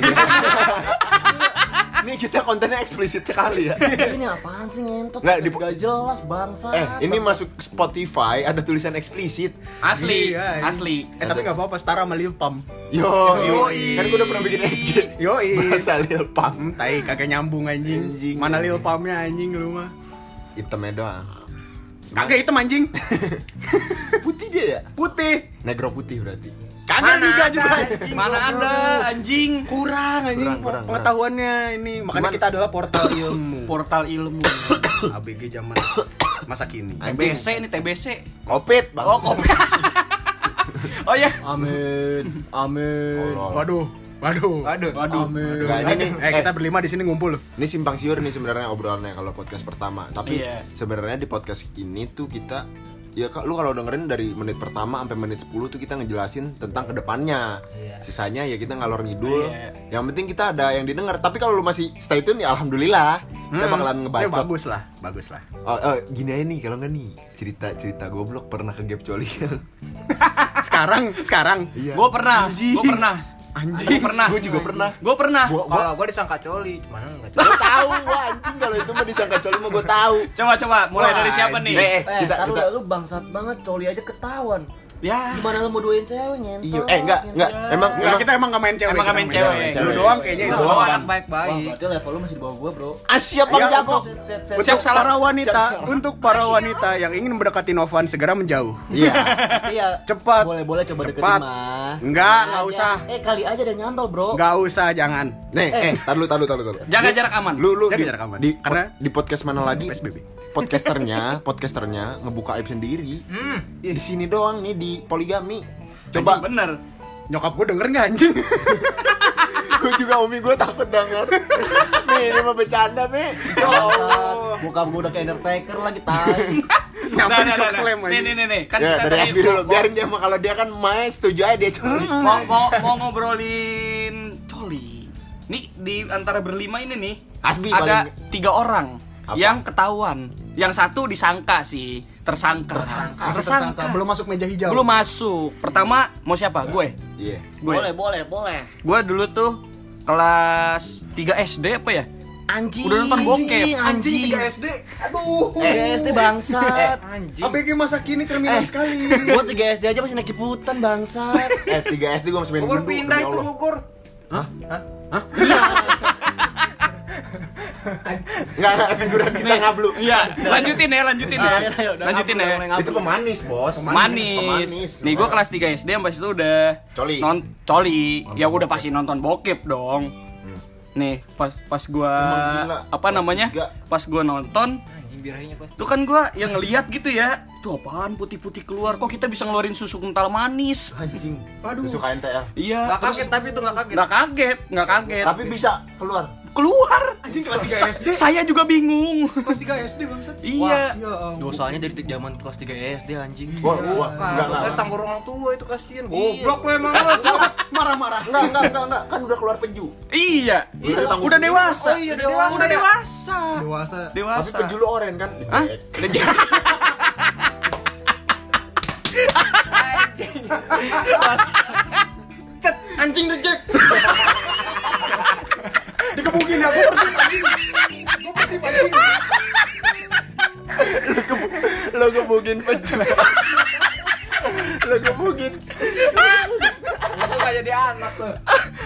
Speaker 1: Ini kita kontennya eksplisit sekali ya.
Speaker 4: bertanya, iya, Ini apaan sih ngentot?
Speaker 1: Nggak,
Speaker 4: Nggak,
Speaker 1: di-
Speaker 4: jelas bangsa.
Speaker 1: Eh, ini masuk Spotify ada tulisan eksplisit.
Speaker 3: Asli,
Speaker 2: Iya, iya.
Speaker 3: asli.
Speaker 2: Eh tapi gak apa-apa setara sama Lil Pump.
Speaker 1: Yo,
Speaker 3: Yoi.
Speaker 1: kan gue udah pernah bikin SG.
Speaker 2: Yoi.
Speaker 1: Masa Lil Pump
Speaker 2: Hmm, tai kagak nyambung anjing.
Speaker 1: Anjing.
Speaker 2: Mana Lil Pumpnya anjing lu mah?
Speaker 1: Hitamnya doang
Speaker 2: Kagak hitam anjing.
Speaker 1: Putih dia ya?
Speaker 2: Putih.
Speaker 1: Negro putih berarti
Speaker 2: Kagak liga juga.
Speaker 1: Iya,
Speaker 2: anjing.
Speaker 3: Mana ada anjing
Speaker 2: Kurang anjing
Speaker 1: Kurang, kurang,
Speaker 2: pengetahuannya ini. Makanya
Speaker 1: Cuman-
Speaker 2: kita adalah portal ilmu.
Speaker 3: portal ilmu.
Speaker 2: ABG zaman masa kini.
Speaker 1: Anjing.
Speaker 3: TBC ini TBC.
Speaker 1: Kopit bang
Speaker 3: Oh, kopi. Oh ya.
Speaker 4: Amin. Amin.
Speaker 1: Waduh
Speaker 2: Waduh, waduh.
Speaker 3: Waduh. Waduh.
Speaker 4: Amin.
Speaker 1: Nggak, ini nih,
Speaker 2: Eh, kita berlima di sini ngumpul loh.
Speaker 1: ini simpang siur nih sebenarnya obrolannya kalau podcast pertama tapi
Speaker 3: Iya.
Speaker 1: sebenarnya di podcast ini tuh kita ya kak lu kalau dengerin dari menit pertama sampai menit 10 tuh kita ngejelasin tentang kedepannya sisanya ya kita ngalor ngidul
Speaker 3: Iya.
Speaker 1: yang penting kita ada yang didengar tapi kalau lu masih stay tune ya alhamdulillah kita
Speaker 2: Hmm.
Speaker 1: bakalan
Speaker 2: Ya,
Speaker 1: ngebacot
Speaker 2: bagus lah, bagus lah.
Speaker 1: Oh, oh, gini aja nih kalau nggak nih cerita cerita goblok pernah ke gap coli
Speaker 2: Sekarang, sekarang.
Speaker 1: Iya.
Speaker 3: Gua pernah, gua pernah.
Speaker 1: Anjing.
Speaker 3: Pernah.
Speaker 1: Gue juga pernah.
Speaker 3: Gue pernah.
Speaker 1: Gua, gua,
Speaker 5: Kalau gue disangka coli, cuman enggak coli.
Speaker 1: gua tahu gua anjing kalau itu mah disangka coli mah gua tahu.
Speaker 3: Coba coba mulai dari siapa
Speaker 5: anjing.
Speaker 3: nih?
Speaker 5: Eh,
Speaker 4: Eh,
Speaker 1: kita-
Speaker 4: taruh
Speaker 1: kita-
Speaker 4: dah, lu bangsat banget, coli aja ketahuan.
Speaker 3: Ya.
Speaker 4: Gimana lu mau duain cewek Gitu. ngentot?
Speaker 1: Iya, eh enggak, enggak. Emang
Speaker 2: Enggak,
Speaker 1: emang
Speaker 2: kita emang gak main cewek. Iya,
Speaker 3: Emang nggak
Speaker 2: kita
Speaker 3: main
Speaker 2: nggak
Speaker 3: cewek.
Speaker 2: Lu
Speaker 1: Cewek.
Speaker 2: doang kayaknya
Speaker 1: Lu
Speaker 2: itu.
Speaker 1: doang.
Speaker 5: Semua anak
Speaker 4: Wah,
Speaker 5: baik-baik.
Speaker 4: berarti Ah, level lu masih di bawah gua, Bro.
Speaker 1: Asyap Bang
Speaker 2: Ya,
Speaker 1: Jago.
Speaker 4: Iya, Set, set, set.
Speaker 2: Untuk para wanita, untuk para wanita yang ingin mendekati Novan segera menjauh.
Speaker 1: Iya.
Speaker 4: Tapi ya
Speaker 2: Cepat.
Speaker 4: boleh-boleh coba
Speaker 2: Cepat.
Speaker 4: deketin mah.
Speaker 2: Enggak, enggak
Speaker 4: Aja.
Speaker 2: usah.
Speaker 4: Eh, kali aja ada nyantol, Bro.
Speaker 2: Enggak usah, jangan.
Speaker 1: Nih, eh, tar lu, tar lu, tar lu, tar lu.
Speaker 3: Jaga jarak aman.
Speaker 1: Lu lu
Speaker 2: Jaga
Speaker 1: di,
Speaker 2: jarak aman.
Speaker 1: di,
Speaker 2: Karena
Speaker 1: di podcast mana lagi?
Speaker 2: PSBB.
Speaker 1: Podcasternya, podcasternya ngebuka aib sendiri.
Speaker 3: Hmm?
Speaker 1: Di sini doang nih di poligami. Coba
Speaker 3: Bener.
Speaker 2: Nyokap gue denger nggak anjing?
Speaker 1: gue juga Umi gue takut denger. Nih, ini mah bercanda, nih. Ya Allah.
Speaker 4: Buka gua udah kayak Undertaker lagi tai.
Speaker 2: Nyampe
Speaker 3: Nah,
Speaker 2: di
Speaker 3: nah,
Speaker 2: Jok
Speaker 3: nah,
Speaker 2: Slam
Speaker 3: nah. Nih
Speaker 2: anjing.
Speaker 3: nih nih nih. Kan
Speaker 1: Ya,
Speaker 3: kita
Speaker 1: dari
Speaker 3: tadi
Speaker 1: Asbi dulu.
Speaker 3: mau-
Speaker 1: Biarin dia mah kalau dia kan main setuju aja dia coli.
Speaker 3: mau mau mau ngobrolin coli. Nih di antara berlima ini nih
Speaker 1: Asbi paling-
Speaker 3: ada tiga orang
Speaker 1: Apa?
Speaker 3: yang ketahuan. Yang satu disangka sih, tersangka. Tersangka.
Speaker 2: Masa tersangka belum masuk meja hijau.
Speaker 3: Belum masuk. Pertama mau siapa? Gue.
Speaker 1: Iya.
Speaker 3: Gue.
Speaker 4: boleh, boleh, boleh.
Speaker 3: Gue dulu tuh kelas 3 SD apa ya?
Speaker 4: Anjing.
Speaker 3: Udah nonton bokep, anjing.
Speaker 4: Anjing. Eh,
Speaker 2: Tiga SD. Aduh.
Speaker 5: Eh,
Speaker 4: Tiga SD bangsat.
Speaker 2: ABG masa kini cerminan
Speaker 5: Eh.
Speaker 2: sekali.
Speaker 4: Gua 3 SD aja masih naik ciputan bangsat.
Speaker 1: Eh, 3 SD gue masih main
Speaker 5: Bogor
Speaker 1: gundu.
Speaker 5: pindah
Speaker 1: demi
Speaker 5: itu
Speaker 1: Allah.
Speaker 5: Bogor.
Speaker 3: Iya.
Speaker 1: Enggak, enggak, efek guran kita ngablu.
Speaker 3: Iya, lanjutin ya, lanjutin ya.
Speaker 4: Ayo, ayo, iya, udah
Speaker 3: Lanjutin
Speaker 4: ngablu,
Speaker 3: ya.
Speaker 4: udah mulai
Speaker 1: Itu pemanis, Bos.
Speaker 3: Manis. Nih gue kelas 3 SD sampai situ udah
Speaker 1: Coli.
Speaker 3: Non coli. Ya udah pasti nonton bokep dong. Nih, pas pas gua
Speaker 1: Emang gila,
Speaker 3: apa
Speaker 1: kelas
Speaker 3: namanya?
Speaker 1: tiga.
Speaker 3: Pas gua nonton,
Speaker 5: Anjing birahinya pasti.
Speaker 3: tuh kan gua yang ngelihat gitu ya. Tuh apaan putih-putih keluar? Kok kita bisa ngeluarin susu kental manis?
Speaker 1: anjing. Aduh.
Speaker 2: Aduh.
Speaker 1: Suka NTL.
Speaker 3: Iya,
Speaker 5: Enggak
Speaker 3: terus
Speaker 5: kaget tapi itu enggak kaget.
Speaker 3: nggak kaget, nggak kaget.
Speaker 1: Tapi bisa keluar.
Speaker 3: keluar.
Speaker 2: Anjing, kelas tiga
Speaker 3: Sa-
Speaker 2: SD.
Speaker 3: Saya juga bingung.
Speaker 2: Kelas 3 SD bangsat.
Speaker 3: iya.
Speaker 5: Dosanya dari zaman kelas 3 SD anjing.
Speaker 1: Wah, wah, enggak,
Speaker 5: Enggak, saya
Speaker 1: enggak.
Speaker 5: tanggung orang tua itu kasihan. Iya. Goblok lu emang lu tuh.
Speaker 2: Marah-marah.
Speaker 1: Enggak, enggak, enggak, enggak. Kan udah keluar peju.
Speaker 3: Iya.
Speaker 1: Udah
Speaker 3: Udah,
Speaker 1: tanggung jawab.
Speaker 3: dewasa.
Speaker 5: Oh iya, dewasa
Speaker 3: Udah
Speaker 5: ya.
Speaker 3: dewasa.
Speaker 2: Dewasa.
Speaker 1: Tapi
Speaker 3: Dewasa.
Speaker 1: peju lu oren kan?
Speaker 3: Hah?
Speaker 1: Dibek.
Speaker 3: Udah jadi.
Speaker 5: Set anjing reject.
Speaker 2: Dikebukin aku persis anjing. Gua persis anjing.
Speaker 1: Lo gebugin peju. Lo gebugin.
Speaker 5: Lu kayak jadi anak lu.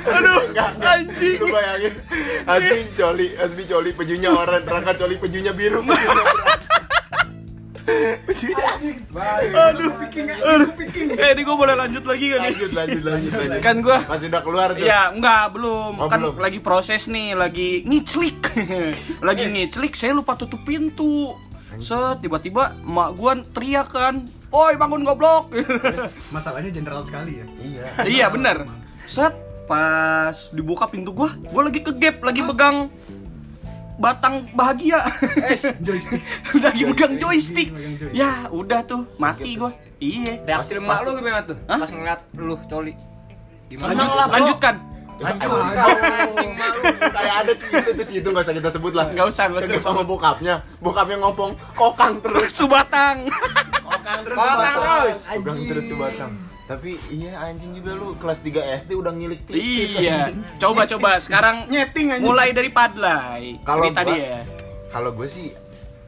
Speaker 3: Aduh, anjing.
Speaker 1: Lu bayangin. Asbi coli, Asbi coli pejunya oren, Rangka coli pejunya biru.
Speaker 2: Aduh, piking aduh, piking.
Speaker 3: Eh, ini gue boleh lanjut lagi gak nih?
Speaker 1: Lanjut, lanjut, lanjut, lanjut.
Speaker 3: Kan gua
Speaker 1: masih udah keluar tuh.
Speaker 3: Ya, enggak, belum.
Speaker 1: Oh,
Speaker 3: kan
Speaker 1: belum.
Speaker 3: lagi proses nih, lagi ngiclik. lagi ngiclik, saya lupa tutup pintu. Set, tiba-tiba emak gua teriak kan, "Woi, bangun goblok."
Speaker 2: Masalahnya general sekali ya.
Speaker 1: Iya.
Speaker 3: iya, bener Set, pas dibuka pintu gua, gua lagi kegep, lagi megang batang bahagia.
Speaker 2: Joystick.
Speaker 3: lagi megang joystick.
Speaker 2: megang joystick.
Speaker 3: Ya, udah tuh, mati gua. Iya.
Speaker 5: Gitu. Reaksi emak lu gimana tuh?
Speaker 3: Hah?
Speaker 5: Pas ngeliat lu coli. Gimana?
Speaker 3: Lanjut, lanjutkan.
Speaker 5: Anjing malu.
Speaker 1: kayak ada sih itu tuh si itu nggak usah kita sebut lah
Speaker 3: Nggak usah, nggak usah.
Speaker 1: Kegep sama bokapnya bokapnya ngomong kokang terus
Speaker 3: Subatang.
Speaker 5: Kokang terus.
Speaker 1: kokang terus tuh batang tapi iya anjing juga lu kelas 3 SD udah ngilik titik
Speaker 3: Iya. Coba coba sekarang
Speaker 2: Nyeting anjing.
Speaker 3: mulai dari Padlay.
Speaker 1: Kalau
Speaker 3: Cerita
Speaker 1: gua-
Speaker 3: dia.
Speaker 1: kalau gue sih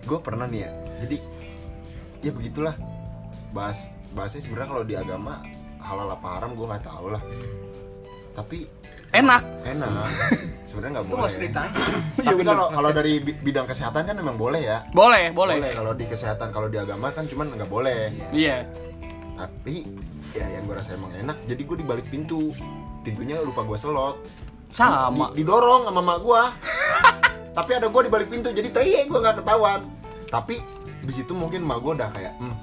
Speaker 1: gue pernah nih ya jadi ya begitulah bahas bahasnya sebenarnya kalau di agama halal apa haram gue nggak tahu lah tapi
Speaker 3: Enak.
Speaker 1: enak sebenaranya nggak
Speaker 5: Itu
Speaker 1: boleh ya.
Speaker 5: harus ditanya.
Speaker 1: tapi kalau kalau dari bi- bidang kesehatan kan memang boleh ya
Speaker 3: Boleh, boleh.
Speaker 1: kalau di kesehatan kalau di agama kan cuman nggak boleh
Speaker 3: Iya.
Speaker 1: tapi ya yang gue rasa emang enak jadi gue dibalik pintu pintunya lupa gue selot
Speaker 3: Sama.
Speaker 1: Di- didorong sama mak gue tapi ada gue dibalik pintu jadi teye gue nggak ketahuan tapi di situ mungkin mak gue udah kayak hmm,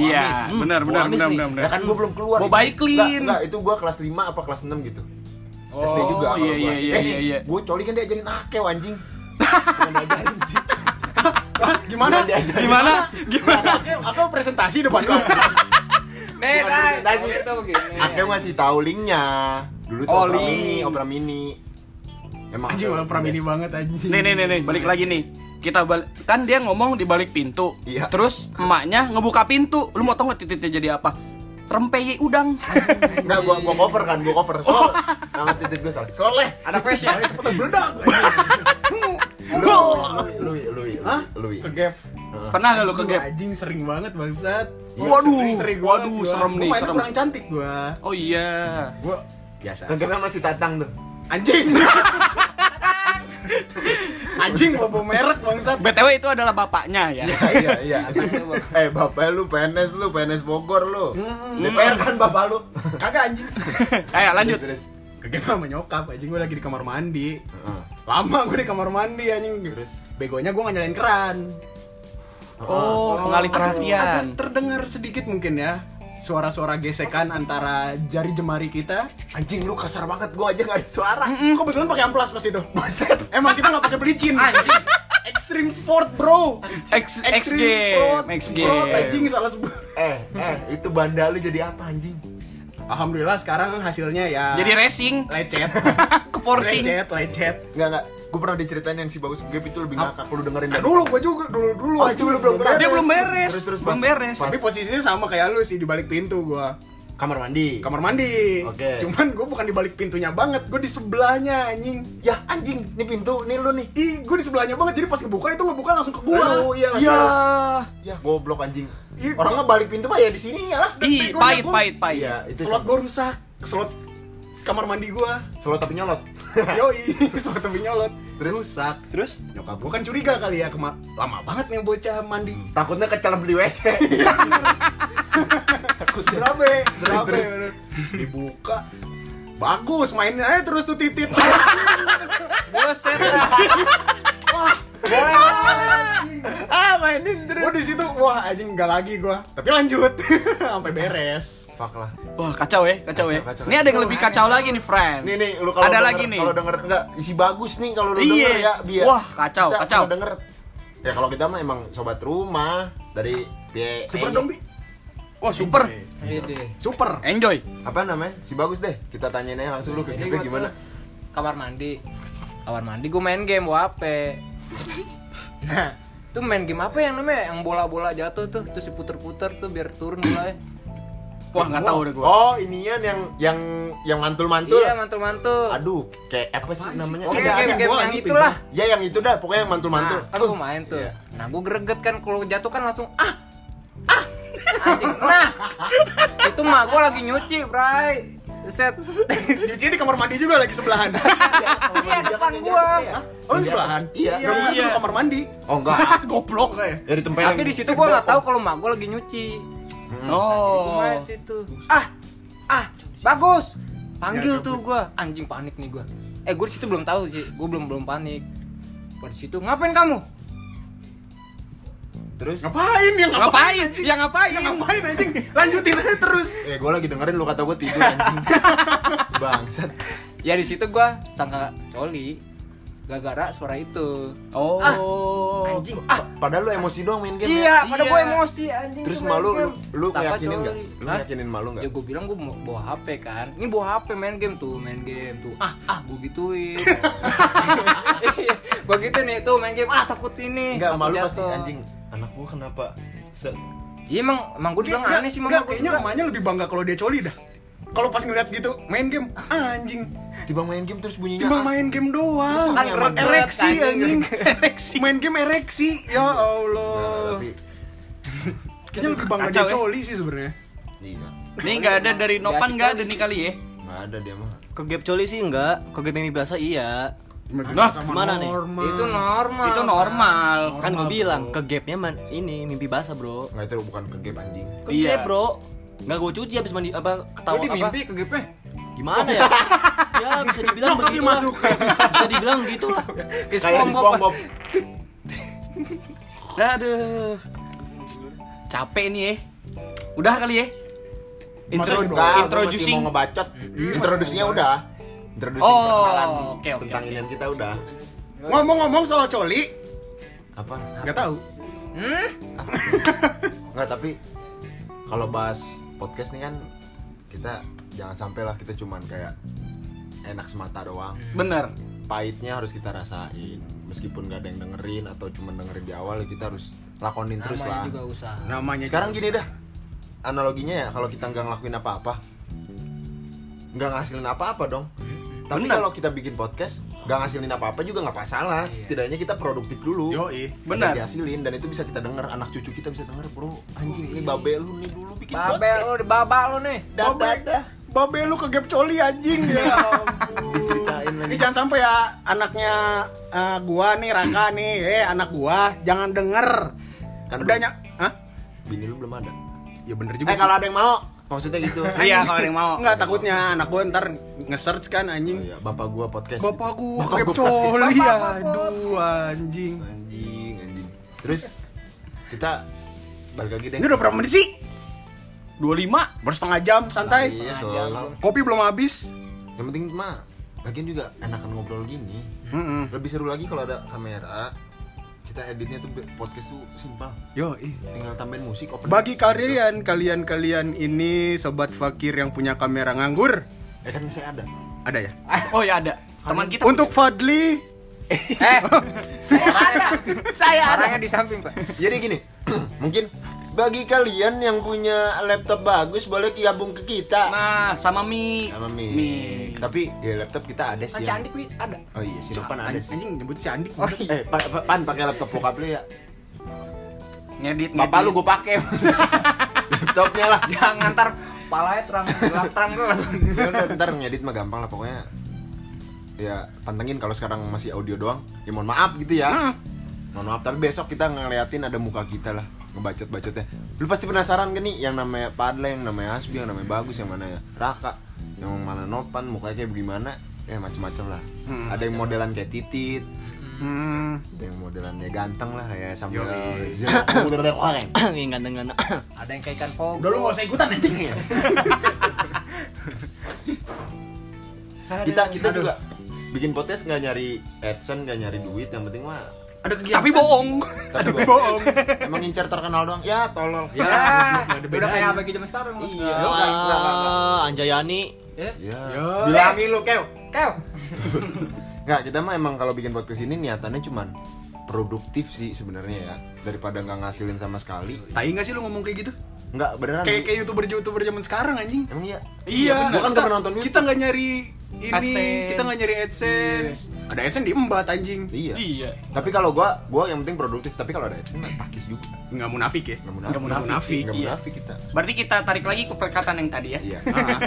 Speaker 3: Iya, benar
Speaker 1: bau
Speaker 3: benar
Speaker 1: amis
Speaker 3: benar
Speaker 1: nih.
Speaker 3: benar.
Speaker 1: Ya kan gue belum keluar
Speaker 3: Gua
Speaker 1: itu.
Speaker 3: baik
Speaker 1: Nggak,
Speaker 3: clean.
Speaker 1: nggak, itu gue kelas 5 apa kelas 6 gitu SD
Speaker 3: Oh,
Speaker 1: juga kalau
Speaker 3: iya,
Speaker 1: gua.
Speaker 3: iya, iya,
Speaker 1: eh,
Speaker 3: iya, iya.
Speaker 1: gue coli kan diajarin akew anjing Bukan diajarin sih
Speaker 2: Gimana?
Speaker 1: Bukan diajarin.
Speaker 3: Gimana? Gimana?
Speaker 2: Aku presentasi depan lu.
Speaker 5: Nih,
Speaker 1: Bukan
Speaker 5: Nay.
Speaker 1: presentasi.
Speaker 5: Gitu begini.
Speaker 1: Akew masih tahu linknya dulu tuh
Speaker 3: Oh,
Speaker 1: Opera
Speaker 3: link.
Speaker 1: Mini Opera Mini emang
Speaker 2: Anjing
Speaker 1: Akew
Speaker 2: malah pramini
Speaker 1: best.
Speaker 2: banget anjing.
Speaker 3: Nih nih nih nih, balik lagi nih. Kita bal- kan dia ngomong di balik pintu.
Speaker 1: Iya.
Speaker 3: Terus emaknya ngebuka pintu. Lu mau tau nggak titiknya jadi apa? rempeye udang.
Speaker 1: Enggak, gua gua cover kan, gua cover. Soleh. Nama titik gua eh. soleh. Soleh.
Speaker 5: Ada flash ya?
Speaker 1: Cepetan meledak. Lui, lui,
Speaker 2: Hah?
Speaker 1: lui.
Speaker 5: Ke gap.
Speaker 3: Pernah gak lu ke gap?
Speaker 2: Anjing sering banget bangsat.
Speaker 3: Waduh,
Speaker 2: Iya, Sering banget
Speaker 3: waduh,
Speaker 2: gua.
Speaker 3: serem
Speaker 2: Gua
Speaker 3: nih,
Speaker 2: mainnya
Speaker 3: serem.
Speaker 2: kurang cantik gua.
Speaker 3: Oh iya.
Speaker 2: Gua biasa.
Speaker 1: Kagaknya masih tatang tuh.
Speaker 2: Anjing. Anjing mau bawa merek bangsat.
Speaker 3: BTW itu adalah bapaknya ya.
Speaker 1: Iya, iya. Eh, bapak lu PNS lu, PNS Bogor lu. DPR kan bapak lu.
Speaker 2: Kagak anjing.
Speaker 3: Ayo Hmm. lanjut.
Speaker 1: Terus,
Speaker 2: Kagak sama nyokap anjing gua lagi di kamar mandi.
Speaker 1: Heeh.
Speaker 2: Lama gua di kamar mandi anjing. Terus begonya gua nggak nyalain keran.
Speaker 3: Oh, pengalih
Speaker 2: Aduh,
Speaker 3: perhatian.
Speaker 2: aduh, terdengar sedikit mungkin ya suara-suara gesekan antara jari jemari kita.
Speaker 1: Anjing lu kasar banget, gua aja gak ada suara.
Speaker 2: Mm, kebetulan pakai amplas pas itu. Emang kita nggak pakai pelicin. Anjing. Extreme sport, bro.
Speaker 3: X X
Speaker 2: sport,
Speaker 3: game, X
Speaker 2: Sport,
Speaker 3: game.
Speaker 2: anjing salah sebut.
Speaker 1: Eh, eh, itu banda lu jadi apa anjing?
Speaker 2: Alhamdulillah sekarang hasilnya ya
Speaker 3: Jadi racing,
Speaker 2: lecet.
Speaker 3: ke porting.
Speaker 2: lecet, lecet.
Speaker 1: Enggak, enggak. Gua pernah diceritain yang si bagus gap itu lebih ngakak lu dengerin
Speaker 2: Nah, dulu gua juga dulu dulu
Speaker 1: Oh,
Speaker 2: anjing,
Speaker 1: dulu belum beres.
Speaker 3: Dia belum beres,
Speaker 1: Terus, terus,
Speaker 3: belum
Speaker 1: pas-
Speaker 3: beres.
Speaker 1: pas-
Speaker 2: Tapi posisinya sama kayak lu sih di balik pintu gua.
Speaker 1: Kamar mandi.
Speaker 2: Kamar mandi.
Speaker 1: Oke.
Speaker 2: Cuman gua bukan di balik pintunya banget, gua di sebelahnya anjing.
Speaker 1: Ya anjing, ini pintu, ini lu nih.
Speaker 2: Ih, gue di sebelahnya banget, jadi pas kebuka itu ngebuka langsung ke
Speaker 1: Lu,
Speaker 2: gua.
Speaker 1: iya lah.
Speaker 3: Ya.
Speaker 1: Ya, goblok anjing.
Speaker 2: Iya,
Speaker 1: Orang ngebalik pintu mah ya di sini ya lah.
Speaker 3: Ih, pahit, pahit, pahit.
Speaker 1: Iya, itu slot.
Speaker 2: Slot gue rusak, slot kamar mandi gua.
Speaker 1: Slot tapi nyolot.
Speaker 2: Yoi, slot tapi nyolot.
Speaker 1: Terus?
Speaker 2: Rusak.
Speaker 3: Terus?
Speaker 2: Nyokap gua kan curiga kali ya, kema- lama banget nih bocah mandi.
Speaker 1: Takutnya kecelem di WC. Takutnya.
Speaker 2: Berabe,
Speaker 1: Terus,
Speaker 2: berabe.
Speaker 1: terus.
Speaker 2: bener. Dibuka. Bagus, mainnya aja terus tuh titit.
Speaker 3: Buset.
Speaker 2: ah, mainin terus. Gua di situ, wah anjing nggak lagi gua. Tapi lanjut sampai beres.
Speaker 1: Fuck lah.
Speaker 3: Wah, kacau ya, kacau ya.
Speaker 1: Kacau, kacau,
Speaker 3: Ini ada yang lebih kacau lagi nih, friend.
Speaker 1: Nih nih, lu kalau
Speaker 3: Ada
Speaker 1: denger-
Speaker 3: lagi nih.
Speaker 1: Kalau denger enggak isi bagus nih kalau lu
Speaker 3: Iya.
Speaker 1: denger ya, biar.
Speaker 3: Wah, kacau,
Speaker 1: Kita
Speaker 3: kacau.
Speaker 1: kalau denger. Ya kalau kita mah emang sobat rumah dari P E
Speaker 2: Super dong, Bi.
Speaker 3: Wah, super.
Speaker 4: Iya
Speaker 5: Ede.
Speaker 2: Super.
Speaker 3: Enjoy.
Speaker 1: Apa namanya? Si bagus deh. Kita tanyain aja langsung lu ke
Speaker 5: Jadi gua
Speaker 1: kita gimana.
Speaker 5: tuh Kamar mandi. Kamar mandi gue main game WP. Nah, tuh main game apa yang namanya? Yang bola-bola jatuh tuh, terus diputer-puter tuh biar turun mulai.
Speaker 3: Wah, nggak tahu deh gua.
Speaker 1: Oh, inian yang yang yang mantul-mantul.
Speaker 5: Iya, mantul-mantul.
Speaker 1: Aduh, kayak apa sih namanya?
Speaker 5: Oke,
Speaker 1: Ada, ada.
Speaker 5: game-game
Speaker 2: Gua
Speaker 5: yang
Speaker 2: anjing
Speaker 5: itulah.
Speaker 1: Ya yang itu dah, pokoknya yang mantul-mantul.
Speaker 5: Nah, kan gue main tuh.
Speaker 1: Iya.
Speaker 5: Nah, gue greget kan kalau jatuh kan langsung ah. Ah. Anjing. Nah. itu mah gue lagi nyuci, Bray. Set.
Speaker 2: Nyuci di kamar mandi juga lagi sebelahan.
Speaker 5: Iya, depan gua.
Speaker 2: Oh, yang sebelahan?
Speaker 1: Iya.
Speaker 2: Berarti kan sebelum kamar mandi.
Speaker 1: Oh enggak. Ya,
Speaker 2: Goblok kayak.
Speaker 1: Dari tempeleng.
Speaker 5: Tapi di situ gue nggak tahu kalau mak gue lagi nyuci. Gue
Speaker 3: Oh.
Speaker 5: main situ. Ah. Ah. Bagus. Panggil tuh gue. Anjing panik nih gue. Eh, gue di situ belum tahu sih. Gue belum belum panik. Gue di situ ngapain kamu?
Speaker 1: Terus
Speaker 2: Ngapain yang ngapain?
Speaker 3: Ngapain? Ya ngapain?
Speaker 2: Yang ngapain anjing? Lanjutin aja terus.
Speaker 1: eh gua lagi dengerin lu kata gua tidur anjing. Bangsat.
Speaker 5: Ya di situ gue sangka coli. Gara-gara suara itu. Ah,
Speaker 3: Oh.
Speaker 5: Anjing.
Speaker 1: Ah, padahal lu emosi doang main game. ya?
Speaker 5: Iya, pada
Speaker 3: Iya.
Speaker 5: gue emosi anjing.
Speaker 1: Terus
Speaker 5: gua main
Speaker 1: malu lu,
Speaker 5: game.
Speaker 1: lu
Speaker 5: Sapa
Speaker 1: yakinin
Speaker 5: coli.
Speaker 1: enggak? Lu
Speaker 5: Hah?
Speaker 1: yakinin malu enggak?
Speaker 5: Ya gue bilang gue bawa HP kan. Ini bawa HP main game tuh, main game tuh. Ah, ah gue gituin. Begitu nih tuh main game. Ah, takut
Speaker 3: Eh,
Speaker 5: ini.
Speaker 1: Enggak,
Speaker 5: takut
Speaker 1: malu
Speaker 5: jatuh.
Speaker 1: pasti anjing. Anak gua kenapa se
Speaker 5: Iya emang emang gue bilang aneh sih mama
Speaker 2: Enggak,
Speaker 5: gue
Speaker 2: kayaknya
Speaker 5: juga.
Speaker 2: mamanya lebih bangga kalau dia coli dah. Kalau pas ngeliat gitu, main game anjing.
Speaker 1: tiba main game terus bunyinya
Speaker 2: Timbang
Speaker 5: Iya.
Speaker 1: ah.
Speaker 2: main game doang.
Speaker 5: Kan greget,
Speaker 2: Ereksi
Speaker 5: anjing.
Speaker 2: anjing. Ereksi. Main game ereksi. Ya
Speaker 1: Nah,
Speaker 2: Allah.
Speaker 1: tapi
Speaker 2: Kayaknya lebih bangga
Speaker 3: Kacau
Speaker 2: dia
Speaker 3: ya.
Speaker 2: coli sih sebenarnya.
Speaker 1: iya.
Speaker 3: Nih nggak ada dari Nopan
Speaker 5: Biasa
Speaker 3: nggak ada nih kali ya.
Speaker 1: Enggak ada dia mah.
Speaker 4: Ke game coli sih enggak, ke game yang biasa iya.
Speaker 2: Nah,
Speaker 4: gimana nih?
Speaker 5: Itu normal.
Speaker 3: Itu normal.
Speaker 5: Oh,
Speaker 4: Kan gue bilang ke game-nya man ini mimpi basah, Bro.
Speaker 1: Enggak itu bukan ke game anjing.
Speaker 4: Ke
Speaker 3: Iya.
Speaker 4: game, Bro. Enggak gue cuci habis mandi apa ketawa
Speaker 5: Gue di
Speaker 4: apa?
Speaker 5: mimpi ke GP.
Speaker 4: Gimana ya? ya bisa dibilang begitu. Masuk. Bisa dibilang gitu lah.
Speaker 5: Ke
Speaker 1: Kayak di
Speaker 5: SpongeBob.
Speaker 1: SpongeBob.
Speaker 3: Aduh. Capek nih ya. Udah kali ya. Intro,
Speaker 1: Masih enggak, gua masih
Speaker 3: introducing.
Speaker 1: mau ngebacot. Introduksinya udah. Introducing
Speaker 3: Oh,
Speaker 1: perkenalan
Speaker 3: oke, oke,
Speaker 1: tentang
Speaker 3: oke.
Speaker 1: inian kita udah.
Speaker 2: Ngomong-ngomong soal coli,
Speaker 1: Apa?
Speaker 2: nggak tahu.
Speaker 5: Hmm?
Speaker 1: Enggak, tapi kalau bahas podcast nih kan kita jangan sampai lah kita cuman kayak enak semata doang.
Speaker 3: Bener.
Speaker 1: Pahitnya harus kita rasain. Meskipun gak ada yang dengerin atau cuman dengerin di awal, kita harus lakonin terus
Speaker 5: Namanya
Speaker 1: lah.
Speaker 5: juga usaha.
Speaker 2: Namanya
Speaker 1: Sekarang gini dah. analoginya ya kalau kita nggak ngelakuin apa-apa nggak ngasilin apa-apa dong tapi
Speaker 3: Bener.
Speaker 1: kalau kita bikin podcast nggak ngasilin apa-apa juga nggak masalah
Speaker 5: Iya.
Speaker 1: setidaknya kita produktif dulu
Speaker 2: Yoi.
Speaker 1: Benar.
Speaker 3: Benar.
Speaker 1: Dihasilin dan itu bisa kita denger anak cucu kita bisa denger bro anjing ini babe lu nih dulu bikin
Speaker 5: iya. Babel lu, babak lu nih.
Speaker 1: dadah dadah
Speaker 2: Babe lu ke gap coli anjing ya.
Speaker 1: diceritain
Speaker 2: Ini
Speaker 1: lagi
Speaker 2: jangan sampai ya anaknya eh, gua nih Raka nih, eh anak gua jangan denger.
Speaker 1: Kan
Speaker 2: Udah
Speaker 1: belum-
Speaker 2: nyak, Hah?
Speaker 1: bini lu belum ada
Speaker 2: Ya bener juga.
Speaker 1: eh kalau ada yang mau maksudnya gitu
Speaker 3: Iya, kalau ada yang mau.
Speaker 2: Enggak takutnya anak gua ntar nge-search kan
Speaker 1: Oh
Speaker 2: anjing.
Speaker 1: iya, bapak gua podcast
Speaker 2: Bapak gua
Speaker 1: Bapak
Speaker 2: kep
Speaker 1: gua
Speaker 2: coli aduh anjing.
Speaker 1: anjing anjing terus kita balik lagi deh Iya,
Speaker 2: Ini udah berapa menit sih?
Speaker 3: 25.
Speaker 2: Baru setengah jam santai.
Speaker 1: iya soalnya
Speaker 2: Kopi belum habis.
Speaker 1: yang penting mah lagian juga enakan ngobrol gini
Speaker 2: Heeh.
Speaker 1: lebih seru lagi kalau ada kamera kita editnya tuh be- podcast tuh simpel
Speaker 2: Yo,
Speaker 1: tinggal tambahin musik open
Speaker 2: Bagi kalian, kalian-kalian ini sobat fakir yang punya kamera nganggur,
Speaker 1: eh kan saya ada
Speaker 2: ada ya?
Speaker 3: Oh ya ada. Teman kita.
Speaker 2: Untuk Fadli,
Speaker 5: Eh. saya ada. Saya ada. Orangnya di samping, Pak.
Speaker 1: jadi gini mungkin bagi kalian yang punya laptop bagus boleh gabung ke kita
Speaker 3: Nah, sama Mi.
Speaker 1: sama mic tapi ya laptop kita ada sih
Speaker 5: Masih
Speaker 1: yang-
Speaker 5: Andi wis ada.
Speaker 1: oh iya sinopan ada sih
Speaker 2: anjing nyebut si Andi.
Speaker 1: eh pa- pa- pan pakai laptop bokap lu ya
Speaker 3: Ngedit.
Speaker 1: bapak
Speaker 3: ngedit.
Speaker 1: lu gue pakai laptopnya lah
Speaker 5: Jangan ntar palanya terang gelap terang gelap.
Speaker 1: Ya udah, ntar ngedit mah gampang lah pokoknya ya pantengin kalau sekarang masih audio doang ya mohon maaf gitu ya mohon maaf tapi besok kita ngeliatin ada muka kita lah ngebacot bacotnya lu pasti penasaran gak nih yang namanya Padla yang namanya Hasbi yang namanya Bagus yang mana ya Raka yang mana Nopan mukanya kayak gimana ya Hmm, macem-macem lah ada yang modelan kayak titit
Speaker 2: Hmm.
Speaker 1: ada yang modelannya ganteng lah kayak sambil
Speaker 4: Yang ganteng-ganteng.
Speaker 5: Ada yang kayak ikan fogo.
Speaker 2: Udah lu gak usah ikutan anjing.
Speaker 1: kita kita juga bikin podcast nggak nyari adsense nggak nyari duit yang penting mah
Speaker 2: Ada kegiatan.
Speaker 3: Tapi bohong.
Speaker 1: tapi bohong emang ngincer terkenal doang ya tolol
Speaker 5: Ya, udah kayak abg zaman sekarang. lu.
Speaker 2: ya,
Speaker 1: Iya.
Speaker 4: Wah, Anjayani.
Speaker 5: Ya.
Speaker 1: ya
Speaker 2: Yo.
Speaker 1: bilangin lu keo
Speaker 5: Kau.
Speaker 1: nggak kita mah emang kalau bikin podcast ini niatannya cuman produktif sih sebenarnya ya daripada nggak ngasilin sama sekali
Speaker 2: Tai gak sih lu ngomong kayak gitu?
Speaker 1: nggak beneran
Speaker 2: Kayak kayak YouTuber-YouTuber zaman sekarang anjing.
Speaker 1: emang Kan. iya
Speaker 2: Iya,
Speaker 1: gua kan
Speaker 2: kita-
Speaker 1: nggak pernah nonton
Speaker 2: Kita nggak nyari ini,
Speaker 5: AdSense.
Speaker 2: kita nggak nyari AdSense. Ada AdSense diembat anjing.
Speaker 1: iya
Speaker 3: Iya.
Speaker 1: tapi kalau gua gua yang penting produktif tapi kalau ada adsense mah takis juga
Speaker 2: Nggak munafik ya.
Speaker 1: nggak munafik
Speaker 2: Nggak munafik.
Speaker 1: nggak
Speaker 3: iya.
Speaker 1: munafik kita
Speaker 3: Berarti kita tarik lagi ke perkataan yang tadi ya.
Speaker 1: iya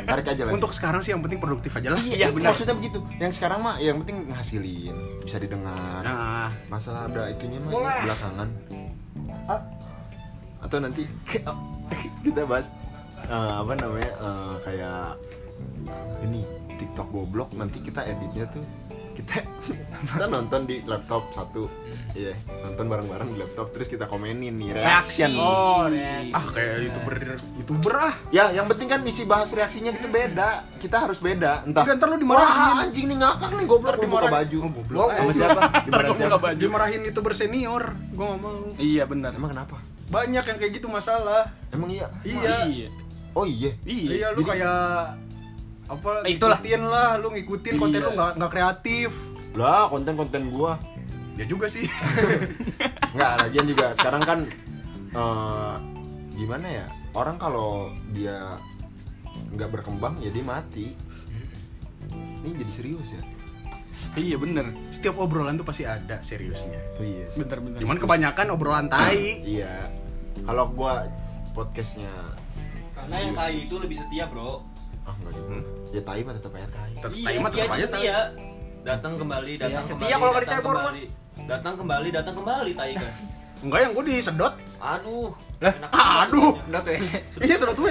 Speaker 1: tarik aja lah
Speaker 2: Nah. Untuk sekarang sih yang penting produktif aja lah.
Speaker 1: Iya, maksudnya begitu. Yang sekarang mah yang penting ngasilin, bisa didengar.
Speaker 2: Nah,
Speaker 1: Masalah ada itunya mah
Speaker 5: Boleh.
Speaker 1: belakangan. Atau nanti kita bahas eh, apa namanya eh, kayak ini TikTok goblok nanti kita editnya tuh kita kita nonton di laptop satu iya nonton bareng-bareng di laptop terus kita komenin nih reaction
Speaker 5: Oh, reaksi.
Speaker 2: ah
Speaker 1: Iya.
Speaker 2: kayak YouTuber YouTuber ah.
Speaker 1: ya yang penting kan isi bahas reaksinya itu beda kita harus beda entah
Speaker 2: Udah, ntar lu dimarahin.
Speaker 1: Wah, anjing nih ngakak nih goblok lu buka
Speaker 2: dimarahin.
Speaker 1: baju
Speaker 2: Oh,
Speaker 1: goblok sama siapa Dimarahin
Speaker 3: Ntar gua buka
Speaker 1: siapa?
Speaker 3: baju.
Speaker 2: Dimarahin YouTuber senior, gua nggak mau.
Speaker 3: Iya benar.
Speaker 1: emang kenapa
Speaker 2: Banyak yang kayak gitu masalah.
Speaker 1: emang iya
Speaker 2: Iya.
Speaker 3: Iya.
Speaker 1: oh iya
Speaker 3: Iya.
Speaker 2: Iya, lu
Speaker 1: Jadi-
Speaker 2: kayak apa
Speaker 3: Eh, itulah.
Speaker 2: ngikutin lah lu ngikutin konten
Speaker 3: Iya.
Speaker 2: lu nggak nggak kreatif
Speaker 1: lah konten konten gua
Speaker 2: ya juga sih
Speaker 1: nggak lagian juga sekarang kan eh, gimana ya orang kalau dia nggak berkembang ya dia mati ini jadi serius ya
Speaker 3: Iya benar.
Speaker 2: setiap obrolan tuh pasti ada seriusnya
Speaker 1: oh, iya sih.
Speaker 3: Bentar bentar.
Speaker 2: cuman kebanyakan obrolan tai
Speaker 1: iya kalau gua podcastnya
Speaker 6: Karena yang tai itu lebih setia, Bro.
Speaker 1: ah nggak gitu ya tai mah tetap aja tai
Speaker 2: Tetep
Speaker 6: Iya,
Speaker 2: tai mah
Speaker 6: dia
Speaker 2: tetep
Speaker 6: aja
Speaker 2: aja tai
Speaker 6: setia. Datang kembali, datang
Speaker 5: Iya, setia
Speaker 6: kembali.
Speaker 5: kalau nggak
Speaker 6: datang
Speaker 5: dicebor,
Speaker 6: kembali. Datang kembali, datang kembali tai kan.
Speaker 2: enggak yang gue disedot
Speaker 6: Aduh. enak banget
Speaker 2: aduh
Speaker 6: pokoknya.
Speaker 5: Udah tuh ya.
Speaker 2: iya sedot tuh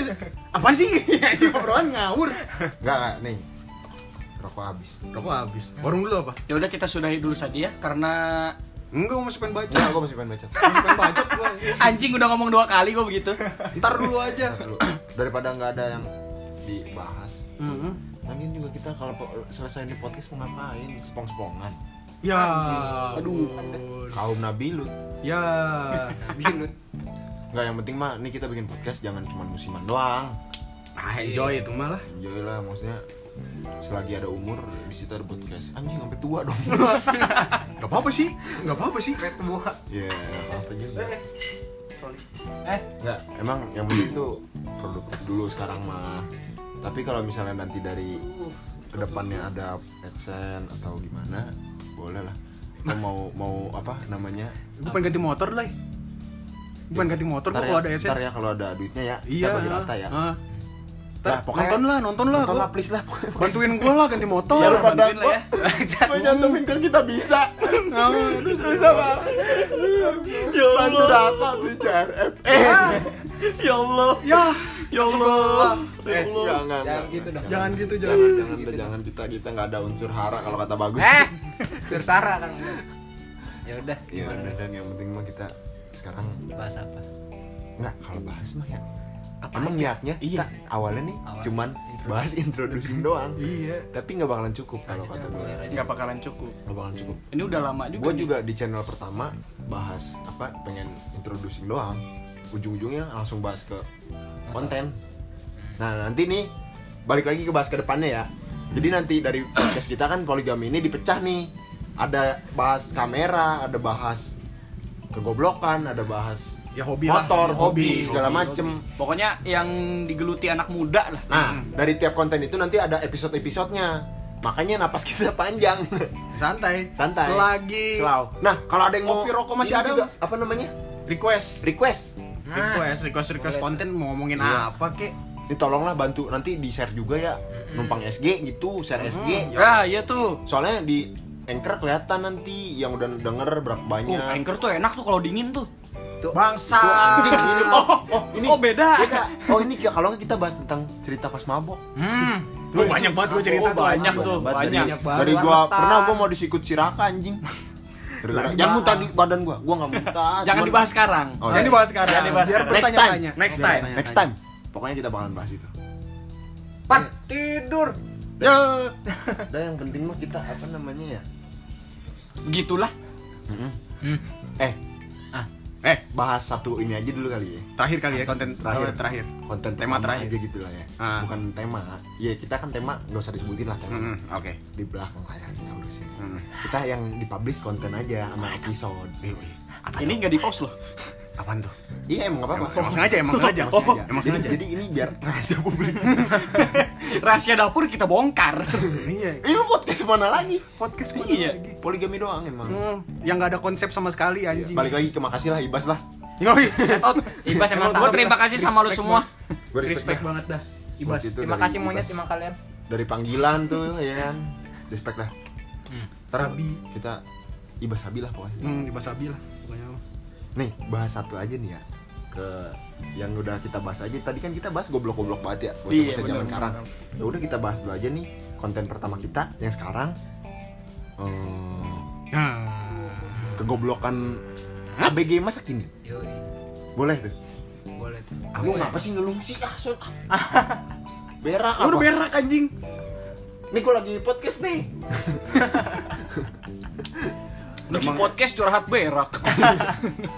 Speaker 2: apaan sih anjing obrolan ngawur
Speaker 1: nggak nggak, nih rokok habis
Speaker 2: rokok habis warung dulu apa
Speaker 3: Ya udah kita sudahi dulu saja ya karena
Speaker 2: enggak gua masih pengen baca
Speaker 1: nggak gua masih pengen baca
Speaker 2: masih pengen bacot gua
Speaker 3: anjing udah ngomong dua kali gua begitu.
Speaker 2: ntar dulu aja
Speaker 1: Ntar dulu. daripada nggak ada yang dibahas
Speaker 2: Mm-mm.
Speaker 1: Lagian juga kita kalau po- selesai di podcast mau ngapain? Spong-spongan.
Speaker 2: ya
Speaker 3: Aduh.
Speaker 2: ampun.
Speaker 1: Kaum Nabi lu.
Speaker 2: ya
Speaker 5: Bilut.
Speaker 1: Nggak yang penting mah, nih kita bikin podcast jangan cuma musiman doang.
Speaker 2: ah enjoy itu malah
Speaker 1: Enjoy lah maksudnya selagi ada umur di situ ada podcast. Anjing sampai tua dong.
Speaker 2: nggak apa apa sih nggak apa apa sih
Speaker 5: Kayak tubuh.
Speaker 1: Iya, nggak apa-apa juga.
Speaker 3: sorry.
Speaker 5: Eh,
Speaker 1: Enggak, emang yang penting itu produktif dulu sekarang mah. Tapi kalau misalnya nanti dari kedepannya ada adsense atau gimana, boleh lah. Lo mau mau apa namanya?
Speaker 2: Gue pengen ganti motor lah. Gue pengen ganti motor gua
Speaker 1: Ntar
Speaker 2: kalau
Speaker 1: ya-
Speaker 2: ada SN.
Speaker 1: ntar ya kalau ada duitnya ya,
Speaker 2: Iya.
Speaker 1: kita bagi rata ya.
Speaker 2: ah. Ntar
Speaker 1: Nah, pokoknya-
Speaker 2: nonton lah, nonton lah.
Speaker 1: Nonton
Speaker 2: gua.
Speaker 1: lah, please lah. pokoknya.
Speaker 2: Bantuin gue lah ganti motor.
Speaker 1: Ya, lu pada-
Speaker 3: Bantuin lah ya.
Speaker 1: Mau nyantumin ke kita bisa. Aduh, susah banget.
Speaker 2: Ya
Speaker 1: Bantu rata tuh CRM. Eh,
Speaker 3: Ya Allah.
Speaker 2: Ya,
Speaker 3: Ya Allah.
Speaker 1: ya enggak, enggak,
Speaker 5: jangan
Speaker 1: enggak,
Speaker 5: gitu
Speaker 1: enggak,
Speaker 5: dong.
Speaker 2: jangan gitu,
Speaker 1: Jangan,
Speaker 2: jangan.
Speaker 1: jangan, jangan, udah, jangan kita kita nggak ada unsur hara kalau kata bagus.
Speaker 5: eh, sursara kan. Ya udah,
Speaker 1: Iya,
Speaker 5: gimana?
Speaker 1: udah, dan yang penting mah kita sekarang
Speaker 5: Bahas apa?
Speaker 1: Nggak, kalau bahas mah ya Emang niatnya kita awalnya nih
Speaker 5: Iya. Awal.
Speaker 1: cuman bahas introducing doang
Speaker 2: Iya.
Speaker 1: Tapi nggak bakalan cukup kalau kata gue
Speaker 5: Biar aja.
Speaker 3: Enggak bakalan cukup.
Speaker 1: Nggak bakalan cukup
Speaker 3: Ini udah lama juga.
Speaker 1: Gue
Speaker 3: nih.
Speaker 1: juga di channel pertama bahas apa pengen introducing doang Ujung-ujungnya langsung bahas ke konten Nah nanti nih balik lagi ke bahas ke depannya ya Jadi
Speaker 2: Hmm.
Speaker 1: nanti dari podcast kita kan poligami ini dipecah nih Ada bahas kamera, ada bahas kegoblokan, ada bahas
Speaker 2: Ya, hobi lah.
Speaker 1: motor,
Speaker 2: Ya,
Speaker 1: hobi,
Speaker 2: hobi,
Speaker 1: segala
Speaker 2: hobi, Hmm.
Speaker 1: macem
Speaker 3: Pokoknya yang digeluti anak muda lah.
Speaker 1: Nah, dari tiap konten itu nanti ada episode-episodenya. Makanya napas kita panjang.
Speaker 2: Santai.
Speaker 1: Santai.
Speaker 2: Selagi
Speaker 1: Selau. Nah, kalau ada yang mau
Speaker 2: Kopi rokok masih
Speaker 1: ini
Speaker 2: ada
Speaker 1: juga, apa namanya?
Speaker 2: request.
Speaker 1: Request.
Speaker 3: Ah.
Speaker 2: Request, request, request konten mau ngomongin
Speaker 4: Iya.
Speaker 1: Iya.
Speaker 2: apa kek?
Speaker 1: Ini tolonglah bantu nanti di-share juga ya. Numpang SG gitu, share SG.
Speaker 3: Ya, iya tuh.
Speaker 1: Soalnya di Anchor kelihatan nanti yang udah denger berapa
Speaker 3: Uh,
Speaker 1: banyak.
Speaker 3: anchor tuh enak tuh kalau dingin tuh.
Speaker 2: Bangsa.
Speaker 1: Tuh, anjing, ini mah. oh, ini
Speaker 3: Oh, beda.
Speaker 1: Oh, ini ya, kalau nggak kita bahas tentang cerita pas mabok.
Speaker 2: Hmm. Lu banyak banget gue cerita
Speaker 3: Oh, banyak tuh,
Speaker 1: Banyak banget.
Speaker 3: banyak.
Speaker 1: dari, dari gua pernah gua mau disikut siraka anjing gara-gara yang muntah di badan gua gua nggak muntah
Speaker 3: Jangan
Speaker 1: cuman-
Speaker 3: dibahas sekarang.
Speaker 1: Oh,
Speaker 2: Jangan
Speaker 1: iya.
Speaker 2: dibahas sekarang.
Speaker 3: Jangan dibahas
Speaker 2: Biar
Speaker 3: sekarang.
Speaker 1: Next
Speaker 2: bertanya-tanya.
Speaker 1: time.
Speaker 3: Next time.
Speaker 1: next time pokoknya kita bakalan bahas itu
Speaker 5: Pat, tidur.
Speaker 1: ya udah yang penting mah kita apa namanya ya
Speaker 3: Begitulah.
Speaker 1: eh
Speaker 2: Eh,
Speaker 1: bahas satu ini aja dulu kali ya
Speaker 2: terakhir kali ya konten terakhir. terakhir.
Speaker 1: konten
Speaker 2: Tema
Speaker 1: pertama
Speaker 2: terakhir.
Speaker 1: aja gitu lah ya
Speaker 2: Ah.
Speaker 1: bukan tema ya kita kan tema nggak usah disebutin lah tema
Speaker 2: Hmm, Oke.
Speaker 1: di belakang layar kita urusin kita yang dipublish konten aja sama episode
Speaker 2: Iya,
Speaker 3: Ini nggak di post loh.
Speaker 2: Apaan tuh?
Speaker 1: iya emang nggak
Speaker 2: Emang,
Speaker 1: apa-apa
Speaker 2: emang sengaja, emang sengaja.
Speaker 1: Emang sengaja.
Speaker 2: Emang
Speaker 1: jadi,
Speaker 2: sengaja.
Speaker 1: jadi ini biar rahasia publik.
Speaker 3: Rahasia dapur kita bongkar.
Speaker 2: Iya.
Speaker 1: Ini podcast mana lagi?
Speaker 2: Podcast mana
Speaker 3: Iya.
Speaker 2: lagi?
Speaker 1: Poligami doang emang. Iya,
Speaker 2: Hmm, yang gak ada konsep sama sekali anjing.
Speaker 1: Balik lagi ke makasih lah Ibas lah.
Speaker 2: Yoi, shout out.
Speaker 5: Ibas emang
Speaker 3: Gue terima kasih sama lu
Speaker 2: Respect
Speaker 3: semua.
Speaker 1: Gua
Speaker 2: Respect
Speaker 1: lah.
Speaker 2: banget dah. Ibas.
Speaker 1: Waktu itu
Speaker 5: Terima
Speaker 1: dari
Speaker 5: kasih monyet,
Speaker 1: Ibas.
Speaker 5: terima kalian.
Speaker 1: Dari panggilan tuh ya kan. Respect lah. Ntar kita Ibas Sabi lah pokoknya.
Speaker 2: Hmm, Ibas Abi lah pokoknya.
Speaker 1: Nih, bahas satu aja nih ya. Ke yang udah kita bahas aja tadi kan kita bahas goblok-goblok banget ya
Speaker 2: Iya,
Speaker 1: bocah-bocah
Speaker 3: bener,
Speaker 1: zaman
Speaker 3: bener.
Speaker 1: sekarang ya udah kita bahas dulu aja nih konten pertama kita yang sekarang eh,
Speaker 2: Ya. Nah.
Speaker 1: kegoblokan ABG masa kini
Speaker 5: Yoi,
Speaker 1: boleh tuh
Speaker 5: boleh tuh.
Speaker 1: Lu ngapa sih ngeluh sih? Ah, so- ah. berak apa?
Speaker 2: Lu udah berak anjing.
Speaker 1: Nih gua lagi podcast nih.
Speaker 3: Lagi podcast curhat berak.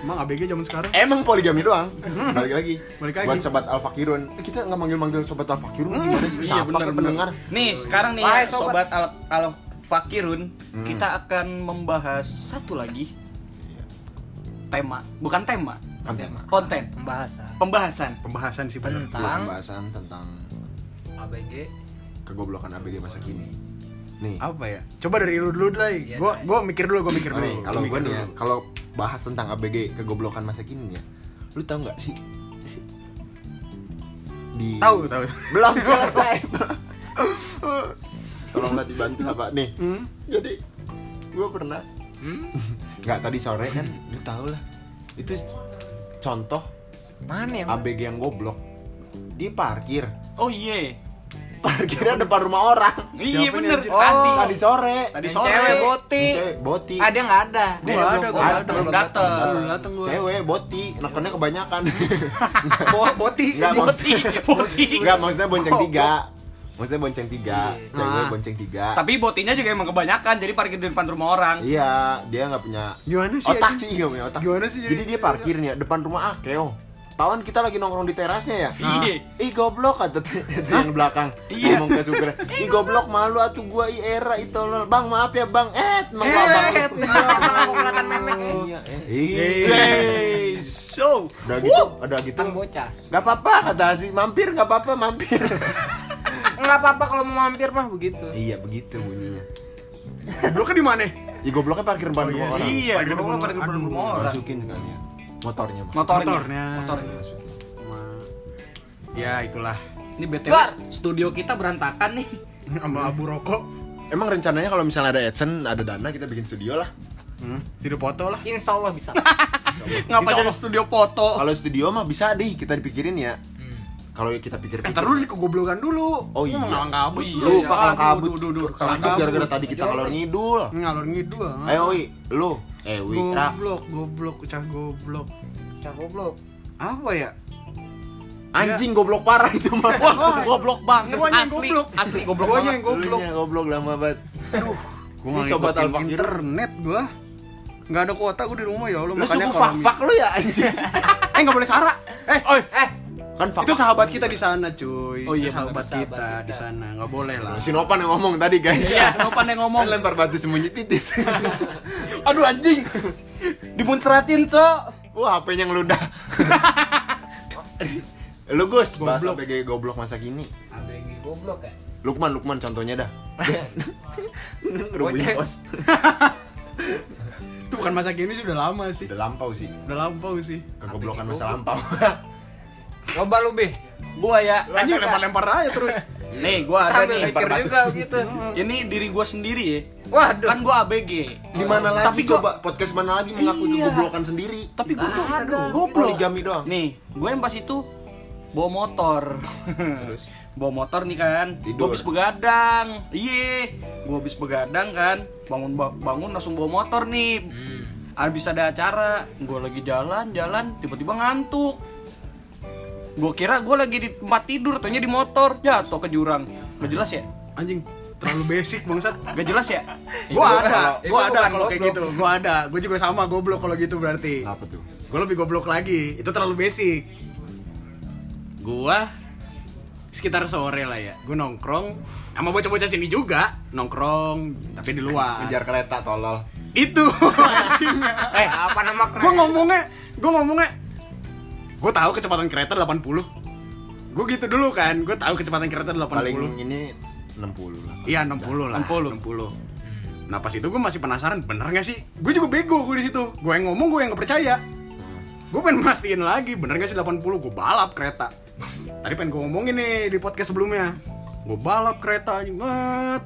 Speaker 2: Emang ABG zaman sekarang?
Speaker 1: Emang poligami doang. Balik lagi.
Speaker 2: Hmm. Balik lagi.
Speaker 1: Buat sobat Al Fakirun. Eh, kita nggak manggil-manggil sobat Al Fakirun gimana sih?
Speaker 2: iya,
Speaker 1: Siapa kan
Speaker 2: bener, bener.
Speaker 1: pendengar?
Speaker 3: Nih, sekarang nih
Speaker 5: Wahai sobat.
Speaker 3: sobat, al, al fakirun, kita akan membahas satu lagi tema, bukan tema,
Speaker 1: Kan tema.
Speaker 3: konten,
Speaker 5: Pembahasan
Speaker 3: pembahasan.
Speaker 2: Pembahasan sih bener.
Speaker 1: Buat
Speaker 5: tentang
Speaker 1: pembahasan tentang
Speaker 5: ABG.
Speaker 1: kegoblokan ABG masa kini. Nih.
Speaker 2: apa ya coba dari lu dulu lah
Speaker 5: Iya,
Speaker 2: gua
Speaker 5: Day.
Speaker 2: gua mikir dulu gua mikir dulu
Speaker 1: Nih, kalau gua
Speaker 2: Gua mikir
Speaker 1: nih ya,
Speaker 2: dulu.
Speaker 1: kalau bahas tentang ABG kegoblokan masa kini ya. Lu tahu nggak sih? Di
Speaker 2: tahu tahu
Speaker 1: belum selesai tolonglah dibantu lah pak nih
Speaker 5: Hmm?
Speaker 1: jadi gue pernah nggak tadi sore kan lu tau lah itu c- contoh
Speaker 5: Mana yang
Speaker 1: abg yang goblok di parkir
Speaker 3: Oh iya,
Speaker 1: parkirnya depan rumah orang
Speaker 3: iya bener
Speaker 5: Oh.
Speaker 3: tadi.
Speaker 1: tadi sore
Speaker 3: Tadi
Speaker 5: Yang
Speaker 3: sore.
Speaker 5: cewek boti.
Speaker 1: Yang cewek boti
Speaker 5: Ada nggak ada?
Speaker 2: Gua
Speaker 5: Ah, Dia
Speaker 2: ada,
Speaker 5: belum-
Speaker 2: gua
Speaker 5: belum
Speaker 2: ada.
Speaker 5: belum
Speaker 3: Dateng.
Speaker 5: dateng.
Speaker 2: Belum dateng gua.
Speaker 1: cewek boti nekennya kebanyakan
Speaker 5: Bo- Boti.
Speaker 1: nggak
Speaker 3: Boti,
Speaker 1: maksudnya
Speaker 3: boti.
Speaker 1: nggak maksudnya bonceng tiga maksudnya bonceng tiga
Speaker 3: Iya.
Speaker 1: cewek
Speaker 2: Ah.
Speaker 1: bonceng tiga
Speaker 3: Tapi botinya juga emang kebanyakan, jadi parkir di depan rumah orang.
Speaker 1: Iya, dia nggak punya
Speaker 2: Gimana sih,
Speaker 1: otak
Speaker 2: anjing?
Speaker 1: sih nggak punya otak.
Speaker 2: Gimana sih,
Speaker 1: Jadi
Speaker 2: anjing?
Speaker 1: dia parkir nih depan rumah Akeo. Tawan kita lagi nongkrong di terasnya ya.
Speaker 3: Iya.
Speaker 1: Ih goblok kata t- itu yang belakang.
Speaker 3: Iya.
Speaker 1: Ngomong ke supir. Ih goblok malu atuh gua i era itu lol. Bang maaf ya Bang. Eh, emang
Speaker 2: Eh,
Speaker 1: Bang.
Speaker 2: eh, eh,
Speaker 1: Iya, eh. Ih.
Speaker 3: Hey, so
Speaker 1: Udah gitu, ada gitu.
Speaker 5: Tang Kan bocah.
Speaker 1: Gak apa-apa kata Hasbi, mampir gak apa-apa, mampir.
Speaker 5: Enggak apa-apa kalau mau mampir mah begitu.
Speaker 1: iya, begitu bunyinya.
Speaker 2: Gobloknya di mana?
Speaker 1: Ih, gobloknya parkir ban rumah orang.
Speaker 3: Iya,
Speaker 2: Parkir
Speaker 3: dulu
Speaker 2: depan
Speaker 3: pada
Speaker 2: rumah.
Speaker 3: depan
Speaker 2: Aduh,
Speaker 3: rumah orang.
Speaker 1: Masukin sekalian. Motornya, Mas.
Speaker 3: Motornya.
Speaker 2: Motornya.
Speaker 3: Motornya.
Speaker 2: Ya itulah.
Speaker 7: Ini BTW
Speaker 3: Gar.
Speaker 7: studio kita berantakan nih.
Speaker 2: Sama abu rokok.
Speaker 1: Emang rencananya kalau misalnya ada adsense, ada dana kita bikin studio lah.
Speaker 2: Hmm, sido foto lah.
Speaker 5: Insya Allah bisa.
Speaker 3: Ngapa jadi studio
Speaker 2: Oh.
Speaker 3: foto?
Speaker 1: Kalau studio mah bisa deh kita dipikirin ya. Kalau kita
Speaker 2: Eh,
Speaker 1: pikir-pikir.
Speaker 2: taruh dulu kegoblokan dulu.
Speaker 1: Oh, iya.
Speaker 2: Ngalang kabut.
Speaker 3: Iya,
Speaker 1: Lu
Speaker 3: iya.
Speaker 1: pak kabut.
Speaker 3: Aduh, aduh, aduh,
Speaker 1: Kalau
Speaker 2: kabut.
Speaker 1: gara-gara tadi kita kalau ngidul.
Speaker 2: Ngalor ngidul. ah.
Speaker 1: Ayo, Wi, lu. Eh, Wi, Ra.
Speaker 2: Goblok, goblok, cah goblok.
Speaker 5: Cah goblok.
Speaker 2: Apa ya?
Speaker 1: Anjing goblok parah itu mah.
Speaker 3: Wah, goblok banget
Speaker 2: Guanya yang
Speaker 3: asli.
Speaker 2: goblok.
Speaker 3: Asli goblok
Speaker 2: Guanya
Speaker 3: banget.
Speaker 2: yang goblok.
Speaker 1: Lunya goblok lama banget.
Speaker 2: Gua
Speaker 1: Ini
Speaker 2: nggak
Speaker 1: sobat
Speaker 2: ngikutin
Speaker 1: Al-Fakir.
Speaker 2: internet gua. Nggak ada kuota gua di rumah ya
Speaker 1: Lu
Speaker 2: Allah. makanya
Speaker 1: suku
Speaker 2: kalau
Speaker 1: fak-fak lu ya anjing.
Speaker 2: Eh nggak boleh sara. Eh,
Speaker 3: Oi, eh,
Speaker 1: Kan fak.
Speaker 2: itu sahabat kita di sana cuy.
Speaker 3: Oh iya,
Speaker 2: Itu
Speaker 5: bener,
Speaker 2: sahabat
Speaker 5: sahabat
Speaker 2: kita
Speaker 5: kita.
Speaker 2: di sana. Nggak boleh lah.
Speaker 1: Sinopan yang ngomong tadi, guys.
Speaker 3: iya, Nopan yang ngomong.
Speaker 1: Kan lempar batu sembunyi titit.
Speaker 3: Aduh anjing. Dimuncratin, Cok.
Speaker 1: Wah, HP-nya ngeludah. lu Gus, bahas APG goblok masa kini.
Speaker 5: ABG goblok ya.
Speaker 1: Lukman, Lukman contohnya dah.
Speaker 2: Bocah.
Speaker 1: Rubuhin kos.
Speaker 2: Itu bukan masa kini sih udah lama sih.
Speaker 1: Udah lampau sih.
Speaker 2: Udah lampau sih.
Speaker 1: Kegoblokan masa lampau.
Speaker 5: Coba lu be.
Speaker 3: Gua ya.
Speaker 2: Anjing lempar-lempar aja terus.
Speaker 3: Nih, gua ada
Speaker 5: Sambil
Speaker 3: nih.
Speaker 5: mikir juga gitu.
Speaker 3: Ini diri gua sendiri ya.
Speaker 5: Waduh.
Speaker 3: Kan gua ABG.
Speaker 1: Di mana lagi
Speaker 3: Tapi gua-
Speaker 1: coba podcast mana lagi mengaku
Speaker 3: Iya.
Speaker 1: kegoblokan sendiri?
Speaker 3: Tapi gua tuh ada.
Speaker 1: Poligami doang.
Speaker 3: Nih, gue yang pas itu bawa motor. bawa motor nih kan. Gue
Speaker 1: Tidur.
Speaker 3: habis begadang. Iye, gue habis begadang kan. Bangun ba- bangun langsung bawa motor nih.
Speaker 2: Hmm.
Speaker 3: Habis ada acara, gue lagi jalan-jalan tiba-tiba ngantuk. Gue kira gue lagi di tempat tidur, ternyata di motor. Jatuh ke jurang. Gak jelas ya?
Speaker 2: Anjing terlalu basic bangsat.
Speaker 3: Gak jelas ya?
Speaker 2: Gua ada,
Speaker 5: itu
Speaker 2: gua ada
Speaker 5: bukan
Speaker 2: kalau kayak
Speaker 5: goblok.
Speaker 2: gitu. Gua ada. Gua juga sama goblok kalau gitu berarti.
Speaker 1: Apa tuh?
Speaker 2: Gue lebih goblok lagi, itu terlalu basic. Gua sekitar sore lah ya, gue nongkrong sama bocah-bocah sini juga nongkrong tapi di luar.
Speaker 1: Ngejar kereta tolol.
Speaker 2: Itu anjingnya.
Speaker 5: Eh, apa nama keren?
Speaker 2: Gue ngomongnya, gue ngomongnya, gue tahu kecepatan kereta 80. Gue gitu dulu kan, gue tahu kecepatan kereta 80.
Speaker 1: Paling ini 60 lah.
Speaker 2: Iya 60 lah. 60. 60. Nah pas itu gue masih penasaran bener gak sih? Gue juga bego gue di situ. Gue yang ngomong gue yang gak percaya. Gue pengen mastiin lagi bener gak sih 80 gue balap kereta. Tadi pengen gue ngomongin nih di podcast sebelumnya. Gue balap kereta anjing banget.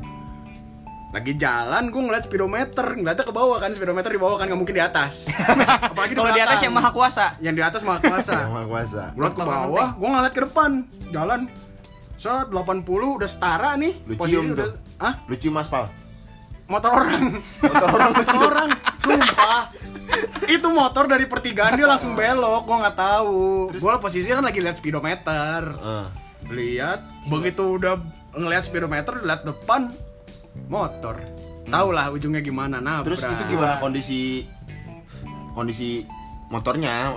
Speaker 2: Lagi jalan gue ngeliat speedometer, ngeliatnya ke bawah kan speedometer di bawah kan nggak mungkin di atas. Apalagi
Speaker 3: Kalau di atas yang maha
Speaker 2: belakang.
Speaker 3: kuasa.
Speaker 2: yang di atas maha kuasa.
Speaker 1: Yang maha kuasa.
Speaker 2: Gue liat ke bawah, gue ngeliat ke depan, jalan. Set 80 udah setara nih.
Speaker 1: Lu
Speaker 2: posisi
Speaker 1: cium
Speaker 2: udah-
Speaker 1: tuh.
Speaker 2: Hah?
Speaker 1: Lu cium aspal.
Speaker 2: Motor orang.
Speaker 1: Motor orang lu
Speaker 2: Motor orang. Sumpah. Itu motor dari pertigaan dia langsung belok, gua nggak tahu. Gua posisinya kan lagi lihat speedometer.
Speaker 1: Eh.
Speaker 2: Lihat begitu udah ngelihat speedometer, lihat depan motor. Tahu lah ujungnya gimana nah.
Speaker 1: Hmm. Terus itu gimana kondisi kondisi motornya?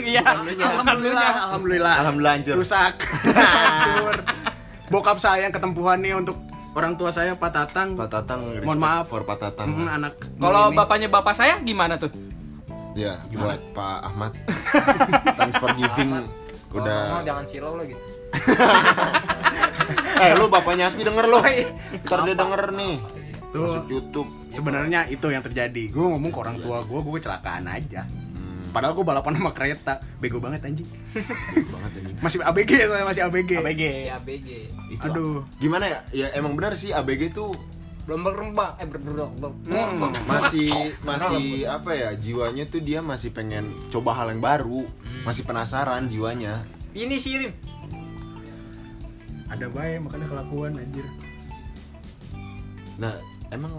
Speaker 3: Iya.
Speaker 2: Alhamdulillah, alhamdulillah.
Speaker 1: Alhamdulillah hancur.
Speaker 2: Rusak. Hancur. Bokap saya yang ketempuhannya untuk orang tua saya Pak Tatang.
Speaker 1: Pak Tatang,
Speaker 2: Mohon
Speaker 1: respect
Speaker 2: maaf.
Speaker 1: for Pak Tatang.
Speaker 2: Mm, anak
Speaker 3: Kalau
Speaker 2: ini.
Speaker 3: bapaknya bapak saya gimana tuh?
Speaker 1: Ya, buat Pak Ahmad. Thanks for giving.
Speaker 5: Udah. Mau
Speaker 1: Udah.
Speaker 5: jangan silau lo gitu.
Speaker 1: Eh, lu bapaknya Asmi denger lu. Ntar dia denger nih.
Speaker 2: Tuh.
Speaker 1: Masuk YouTube.
Speaker 2: sebenarnya itu yang terjadi gue ngomong ke orang tua gue gue kecelakaan aja padahal gue balapan sama kereta bego banget anjing
Speaker 1: Banget ini.
Speaker 2: masih ABG saya masih ABG,
Speaker 5: Si ABG.
Speaker 1: Itu
Speaker 2: Aduh.
Speaker 1: ah. Gimana ya? Ya emang benar sih ABG tuh Hmm,
Speaker 5: Belum berkembang. Eh, berberok.
Speaker 1: masih masih apa ya jiwanya tuh dia masih pengen coba hal yang baru
Speaker 5: Hmm.
Speaker 1: masih penasaran jiwanya
Speaker 7: Ini sirim.
Speaker 2: ada baik makanya kelakuan anjir
Speaker 1: nah emang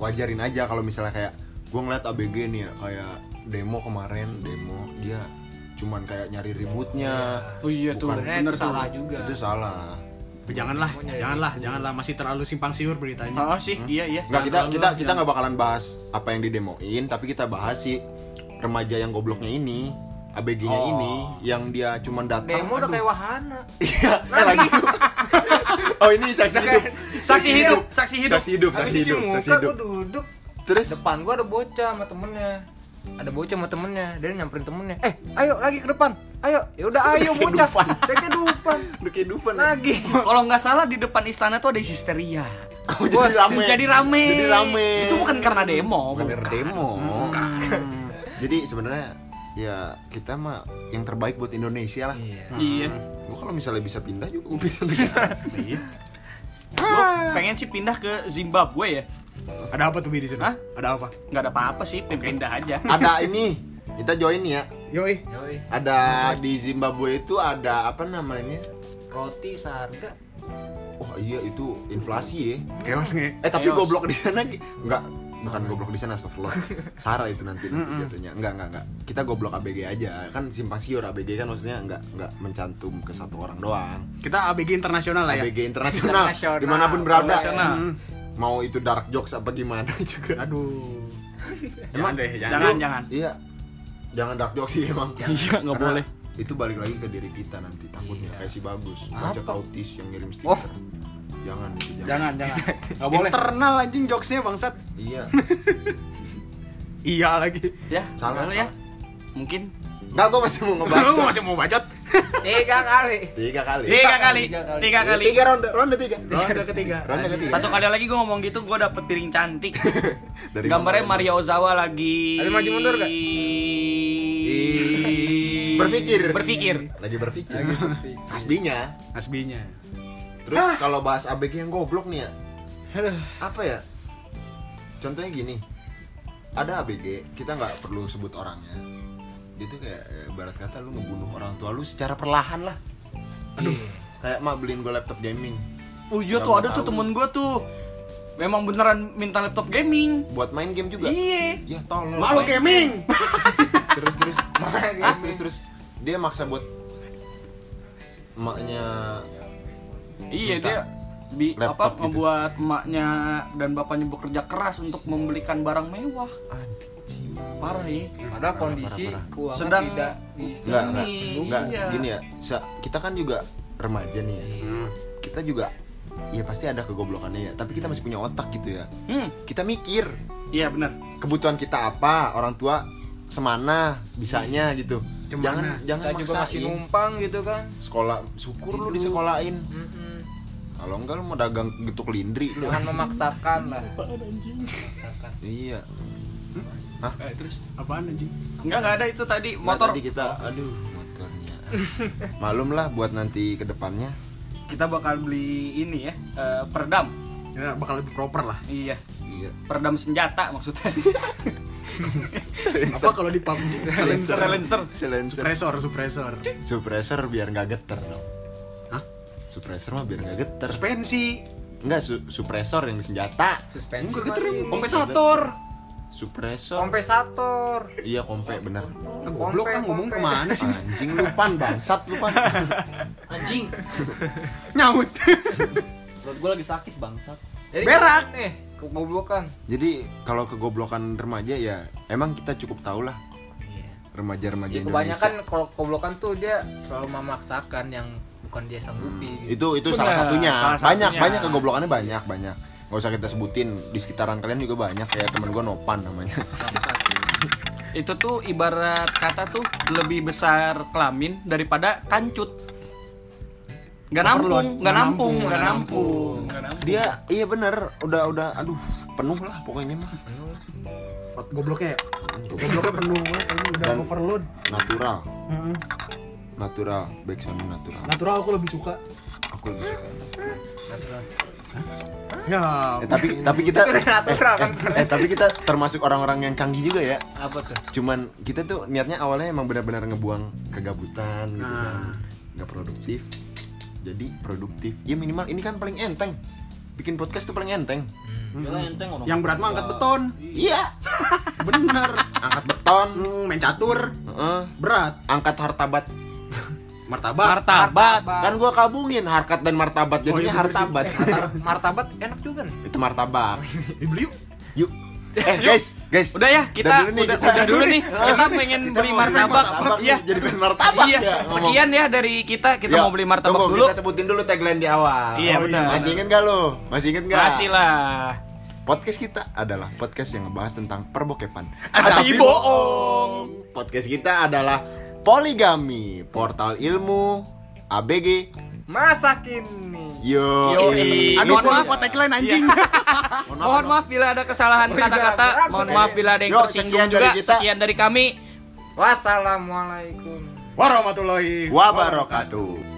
Speaker 1: wajarin aja kalau misalnya kayak gue ngeliat ABG nih ya kayak demo kemarin demo dia cuman kayak nyari ributnya
Speaker 3: Oh iya tuh,
Speaker 1: Bukan.
Speaker 5: Bener Eh, salah juga.
Speaker 1: itu salah
Speaker 2: Tapi janganlah janganlah janganlah masih terlalu simpang siur beritanya
Speaker 5: Oh,
Speaker 3: Ah
Speaker 1: Hmm?
Speaker 3: sih, iya iya.
Speaker 1: nggak kita
Speaker 2: Jangan
Speaker 1: kita
Speaker 2: terlalu,
Speaker 1: kita nggak bakalan bahas apa yang didemoin tapi kita bahas si remaja yang gobloknya ini ABG-nya
Speaker 3: Oh.
Speaker 1: ini yang dia cuman datang
Speaker 5: Demo udah kayak wahana.
Speaker 1: Iya, eh, lagi hidup. Oh ini saksi hidup.
Speaker 3: Saksi hidup, saksi hidup.
Speaker 1: Saksi hidup, saksi
Speaker 5: Habis
Speaker 1: hidup,
Speaker 5: cuci
Speaker 1: saksi
Speaker 5: muka
Speaker 1: hidup.
Speaker 5: gue duduk.
Speaker 1: Terus
Speaker 5: Depan gue ada bocah sama temennya. ada bocah sama temennya dia nyamperin temennya eh ayo lagi ke depan ayo ya udah ayo bocah dia ke depan
Speaker 2: Udah kayak Dufan.
Speaker 5: lagi
Speaker 3: Kalau nggak salah di depan istana tuh ada histeria.
Speaker 1: Oh,
Speaker 5: Bos,
Speaker 3: Jadi rame.
Speaker 1: Jadi rame.
Speaker 3: Itu bukan karena demo.
Speaker 1: Bukan
Speaker 3: kan?
Speaker 1: dari demo.
Speaker 3: Hmm.
Speaker 1: Jadi sebenarnya ya kita mah yang terbaik buat Indonesia lah.
Speaker 5: iya
Speaker 7: Iya.
Speaker 1: Gua kalau misalnya bisa pindah juga gua pindah negara.
Speaker 2: Iya.
Speaker 3: Gua pengen sih pindah ke Zimbabwe ya.
Speaker 2: Ada apa tuh Bi di sana?
Speaker 3: Hah?
Speaker 2: Ada apa?
Speaker 3: Nggak ada apa-apa sih, pindah aja.
Speaker 1: ada ini kita join ya.
Speaker 2: Yoi.
Speaker 5: Yoi,
Speaker 1: Ada di Zimbabwe itu ada apa namanya?
Speaker 5: roti seharga
Speaker 1: Oh iya itu inflasi ya.
Speaker 2: Chaos nge.
Speaker 1: Eh tapi
Speaker 5: Chaos.
Speaker 1: goblok di sana gi- enggak bukan goblok di sana astagfirullah. Sarah itu nanti nanti jatuhnya. Enggak enggak enggak. Kita goblok ABG aja. Kan simpang siur ABG kan maksudnya enggak enggak mencantum ke satu orang doang.
Speaker 2: Kita ABG internasional lah ya.
Speaker 1: ABG internasional,
Speaker 5: Oh, iya. Internasional.
Speaker 1: dimanapun berada.
Speaker 5: Internasional.
Speaker 2: Hmm.
Speaker 1: Mau itu dark jokes apa gimana juga.
Speaker 2: Aduh.
Speaker 1: Emang-
Speaker 2: Jangan deh,
Speaker 3: Jangan,
Speaker 2: jangan.
Speaker 3: jangan.
Speaker 1: Iya. Jangan dark jokes sih emang.
Speaker 3: Iya, nggak
Speaker 1: Karena
Speaker 3: boleh. Iya.
Speaker 1: Itu balik lagi ke diri kita nanti takutnya kayak si bagus baca tautis yang ngirim stiker.
Speaker 5: Oh.
Speaker 1: Jangan itu jangan.
Speaker 7: Jangan, jangan. Enggak boleh.
Speaker 2: Internal anjing jokesnya bangsat.
Speaker 1: Iya.
Speaker 2: Iya lagi.
Speaker 3: Ya,
Speaker 1: Salah,
Speaker 3: salah, ya. Mungkin
Speaker 1: Enggak gua masih mau ngebaca.
Speaker 2: Lu masih mau bacot?
Speaker 5: tiga kali
Speaker 1: Tiga kali.
Speaker 3: tiga kali, tiga kali.
Speaker 1: Tiga ronde, ronde tiga.
Speaker 2: Ronde ketiga.
Speaker 1: Ronde ketiga.
Speaker 3: Satu kali lagi gue ngomong gitu, gue dapet piring cantik.
Speaker 1: Dari
Speaker 3: Gambarnya
Speaker 1: mana?
Speaker 3: Maria Ozawa lagi.
Speaker 5: Tapi maju mundur nggak?
Speaker 1: Berpikir.
Speaker 3: Berpikir.
Speaker 1: Lagi berpikir. Ah! Asbinya.
Speaker 2: Asbinya.
Speaker 1: Terus kalau bahas ABG yang goblok nih ya. Apa ya? Contohnya gini. Ada ABG, kita nggak perlu sebut orangnya. Itu kayak eh, barat kata lu ngebunuh orang tua lu secara perlahan lah. Aduh. Kayak mah beliin gue laptop gaming
Speaker 3: Oh
Speaker 1: Nggak
Speaker 3: iya tuh
Speaker 1: mau
Speaker 3: ada tuh
Speaker 1: tahu.
Speaker 3: temen gue tuh. Memang beneran minta laptop gaming.
Speaker 1: buat main game juga.
Speaker 3: Iya.
Speaker 1: Ya tolong.
Speaker 2: Malu gaming.
Speaker 1: terus terus terus terus terus dia maksa buat emaknya
Speaker 3: Iya
Speaker 1: Minta
Speaker 3: dia bi apa
Speaker 1: laptop gitu.
Speaker 3: membuat emaknya dan bapaknya bekerja keras untuk membelikan barang mewah.
Speaker 1: anjing
Speaker 3: Parah ya.
Speaker 5: padahal kondisi
Speaker 1: parah, parah.
Speaker 5: keuangan
Speaker 3: Sedang
Speaker 5: tidak bisa
Speaker 1: nggak nggak nggak
Speaker 3: Iya.
Speaker 1: gini ya se- kita kan juga remaja nih ya
Speaker 5: Iya.
Speaker 1: kita juga ya pasti ada kegoblokannya ya tapi kita masih punya otak gitu ya
Speaker 3: Hmm,
Speaker 1: kita mikir
Speaker 3: iya benar.
Speaker 1: kebutuhan kita apa orang tua semana bisanya gitu
Speaker 2: Cemana.
Speaker 1: jangan jangan
Speaker 5: kita juga masih
Speaker 1: maksain
Speaker 5: numpang gitu kan
Speaker 1: sekolah syukur lu disekolahin
Speaker 5: Mm-mm.
Speaker 1: kalau enggak lu mau dagang getuk lindri lu
Speaker 5: jangan memaksakan lah memaksakan
Speaker 1: iya
Speaker 3: Eh, terus
Speaker 2: Apaan anjing?
Speaker 3: enggak enggak ada itu tadi
Speaker 1: Nah,
Speaker 3: motor
Speaker 1: tadi kita
Speaker 5: Oh,
Speaker 1: aduh motornya malum lah buat nanti kedepannya
Speaker 3: kita bakal beli ini ya, eh, peredam.
Speaker 2: Ya bakal lebih proper lah.
Speaker 3: Iya,
Speaker 1: iya
Speaker 3: peredam senjata maksudnya.
Speaker 2: Apa kalau di PUBG?
Speaker 3: Silencer, silencer.
Speaker 1: silencer
Speaker 2: Suppressor, suppressor.
Speaker 1: suppressor biar nggak geter dong
Speaker 2: Hah?
Speaker 1: suppressor mah biar nggak geter
Speaker 2: Suspensi.
Speaker 1: enggak su- suppressor yang senjata
Speaker 5: suspensi
Speaker 2: Enggak geter,
Speaker 5: mari.
Speaker 2: kompensator.
Speaker 1: suppressor
Speaker 5: kompensator
Speaker 1: iya kompe bener
Speaker 2: Ah, Goblok
Speaker 5: Kompe,
Speaker 2: kan ngomong
Speaker 5: kompe.
Speaker 2: kemana sih?
Speaker 1: anjing lupan bangsat lupan
Speaker 6: Anjing,
Speaker 2: Nyaut.
Speaker 6: perut gue lagi sakit bangsat.
Speaker 5: Jadi
Speaker 2: Berak.
Speaker 5: gimana nih kegoblokan
Speaker 1: jadi kalau kegoblokan remaja ya emang kita cukup tau lah
Speaker 2: Iya.
Speaker 1: remaja-remaja
Speaker 5: Ya,
Speaker 1: Indonesia
Speaker 5: kebanyakan kalau kegoblokan tuh dia terlalu memaksakan yang bukan dia sanggupi gitu.
Speaker 1: Hmm, itu itu salah
Speaker 2: Bener,
Speaker 1: satunya
Speaker 2: salah
Speaker 1: banyak
Speaker 2: satunya.
Speaker 1: banyak kegoblokannya banyak banyak nggak usah kita sebutin di sekitaran kalian juga banyak kayak temen gue Nopan namanya
Speaker 3: Itu tuh ibarat kata tuh lebih besar kelamin daripada kancut. Nggak
Speaker 2: Overload.
Speaker 3: nampung, nggak
Speaker 2: Nggak
Speaker 3: nampung,
Speaker 2: nampung,
Speaker 3: nggak
Speaker 2: nggak
Speaker 3: nampung.
Speaker 1: dia iya bener udah udah aduh penuh lah pokoknya mah
Speaker 2: Gobloknya ya? Gobloknya penuh banget anjing, udah
Speaker 1: Dan-
Speaker 2: overload.
Speaker 1: natural
Speaker 2: Mm-mm.
Speaker 1: natural backsound natural
Speaker 2: Natural aku lebih suka.
Speaker 1: aku lebih suka
Speaker 2: Ya.
Speaker 1: eh, tapi tapi kita
Speaker 5: Itu udah natural kan
Speaker 1: eh, eh, tapi kita termasuk orang-orang yang canggih juga ya
Speaker 5: apa tuh
Speaker 1: cuman kita tuh niatnya awalnya emang benar-benar ngebuang kegabutan gitu
Speaker 2: Nah.
Speaker 5: Ah.
Speaker 1: kan nggak produktif jadi produktif ya minimal ini kan paling enteng bikin podcast tuh paling enteng
Speaker 5: Hmm.
Speaker 4: Yalah, enteng orang.
Speaker 2: Yang berat mah angkat beton.
Speaker 1: iya
Speaker 2: Bener.
Speaker 1: angkat beton
Speaker 2: Hmm, main catur
Speaker 1: Heeh.
Speaker 2: berat.
Speaker 1: angkat hartabat
Speaker 2: Martabak.
Speaker 3: Martabat.
Speaker 1: kan gua kabungin harkat dan
Speaker 5: Oh,
Speaker 1: martabat jadinya
Speaker 2: iya bener sih.
Speaker 1: hartabat
Speaker 5: Eh, martabat enak juga nih
Speaker 1: itu martabak
Speaker 2: Dibeli yuk.
Speaker 1: yuk eh guys guys
Speaker 3: Udah ya, kita udah,
Speaker 1: dulu nih,
Speaker 3: udah,
Speaker 1: kita-
Speaker 3: dulu nih. Kita pengen
Speaker 1: Kita
Speaker 3: beli
Speaker 1: mau
Speaker 3: martabak. Iya.
Speaker 1: jadi beli martabak
Speaker 3: Iya,
Speaker 1: ya, ngomong.
Speaker 3: sekian ya dari kita. Kita
Speaker 1: Yuk,
Speaker 3: mau beli martabak
Speaker 1: tunggu,
Speaker 3: dulu.
Speaker 1: kita sebutin dulu tagline di awal
Speaker 3: Iya,
Speaker 1: Oh,
Speaker 3: benar.
Speaker 1: masih inget gak lo masih inget gak
Speaker 3: Kasih lah.
Speaker 1: Podcast kita adalah podcast yang ngebahas tentang perbokepan.
Speaker 2: Tapi bohong.
Speaker 1: Podcast kita adalah poligami, portal ilmu, ABG,
Speaker 8: Masa kini.
Speaker 1: yo.
Speaker 3: eh,
Speaker 2: Yoi.
Speaker 1: Ini
Speaker 2: Mohon
Speaker 1: tuh
Speaker 2: maaf
Speaker 1: ya.
Speaker 2: apa tagline anjing.
Speaker 3: Iya. Mohon maaf bila ada
Speaker 1: Oh,
Speaker 3: kesalahan kata-kata. Mohon maaf bila ada yang
Speaker 1: iya, Yo,
Speaker 3: tersinggung
Speaker 1: sekian
Speaker 3: juga.
Speaker 1: dari kita.
Speaker 3: Sekian dari kami.
Speaker 8: Wassalamualaikum.
Speaker 2: Warahmatullahi
Speaker 1: Wabarakatuh.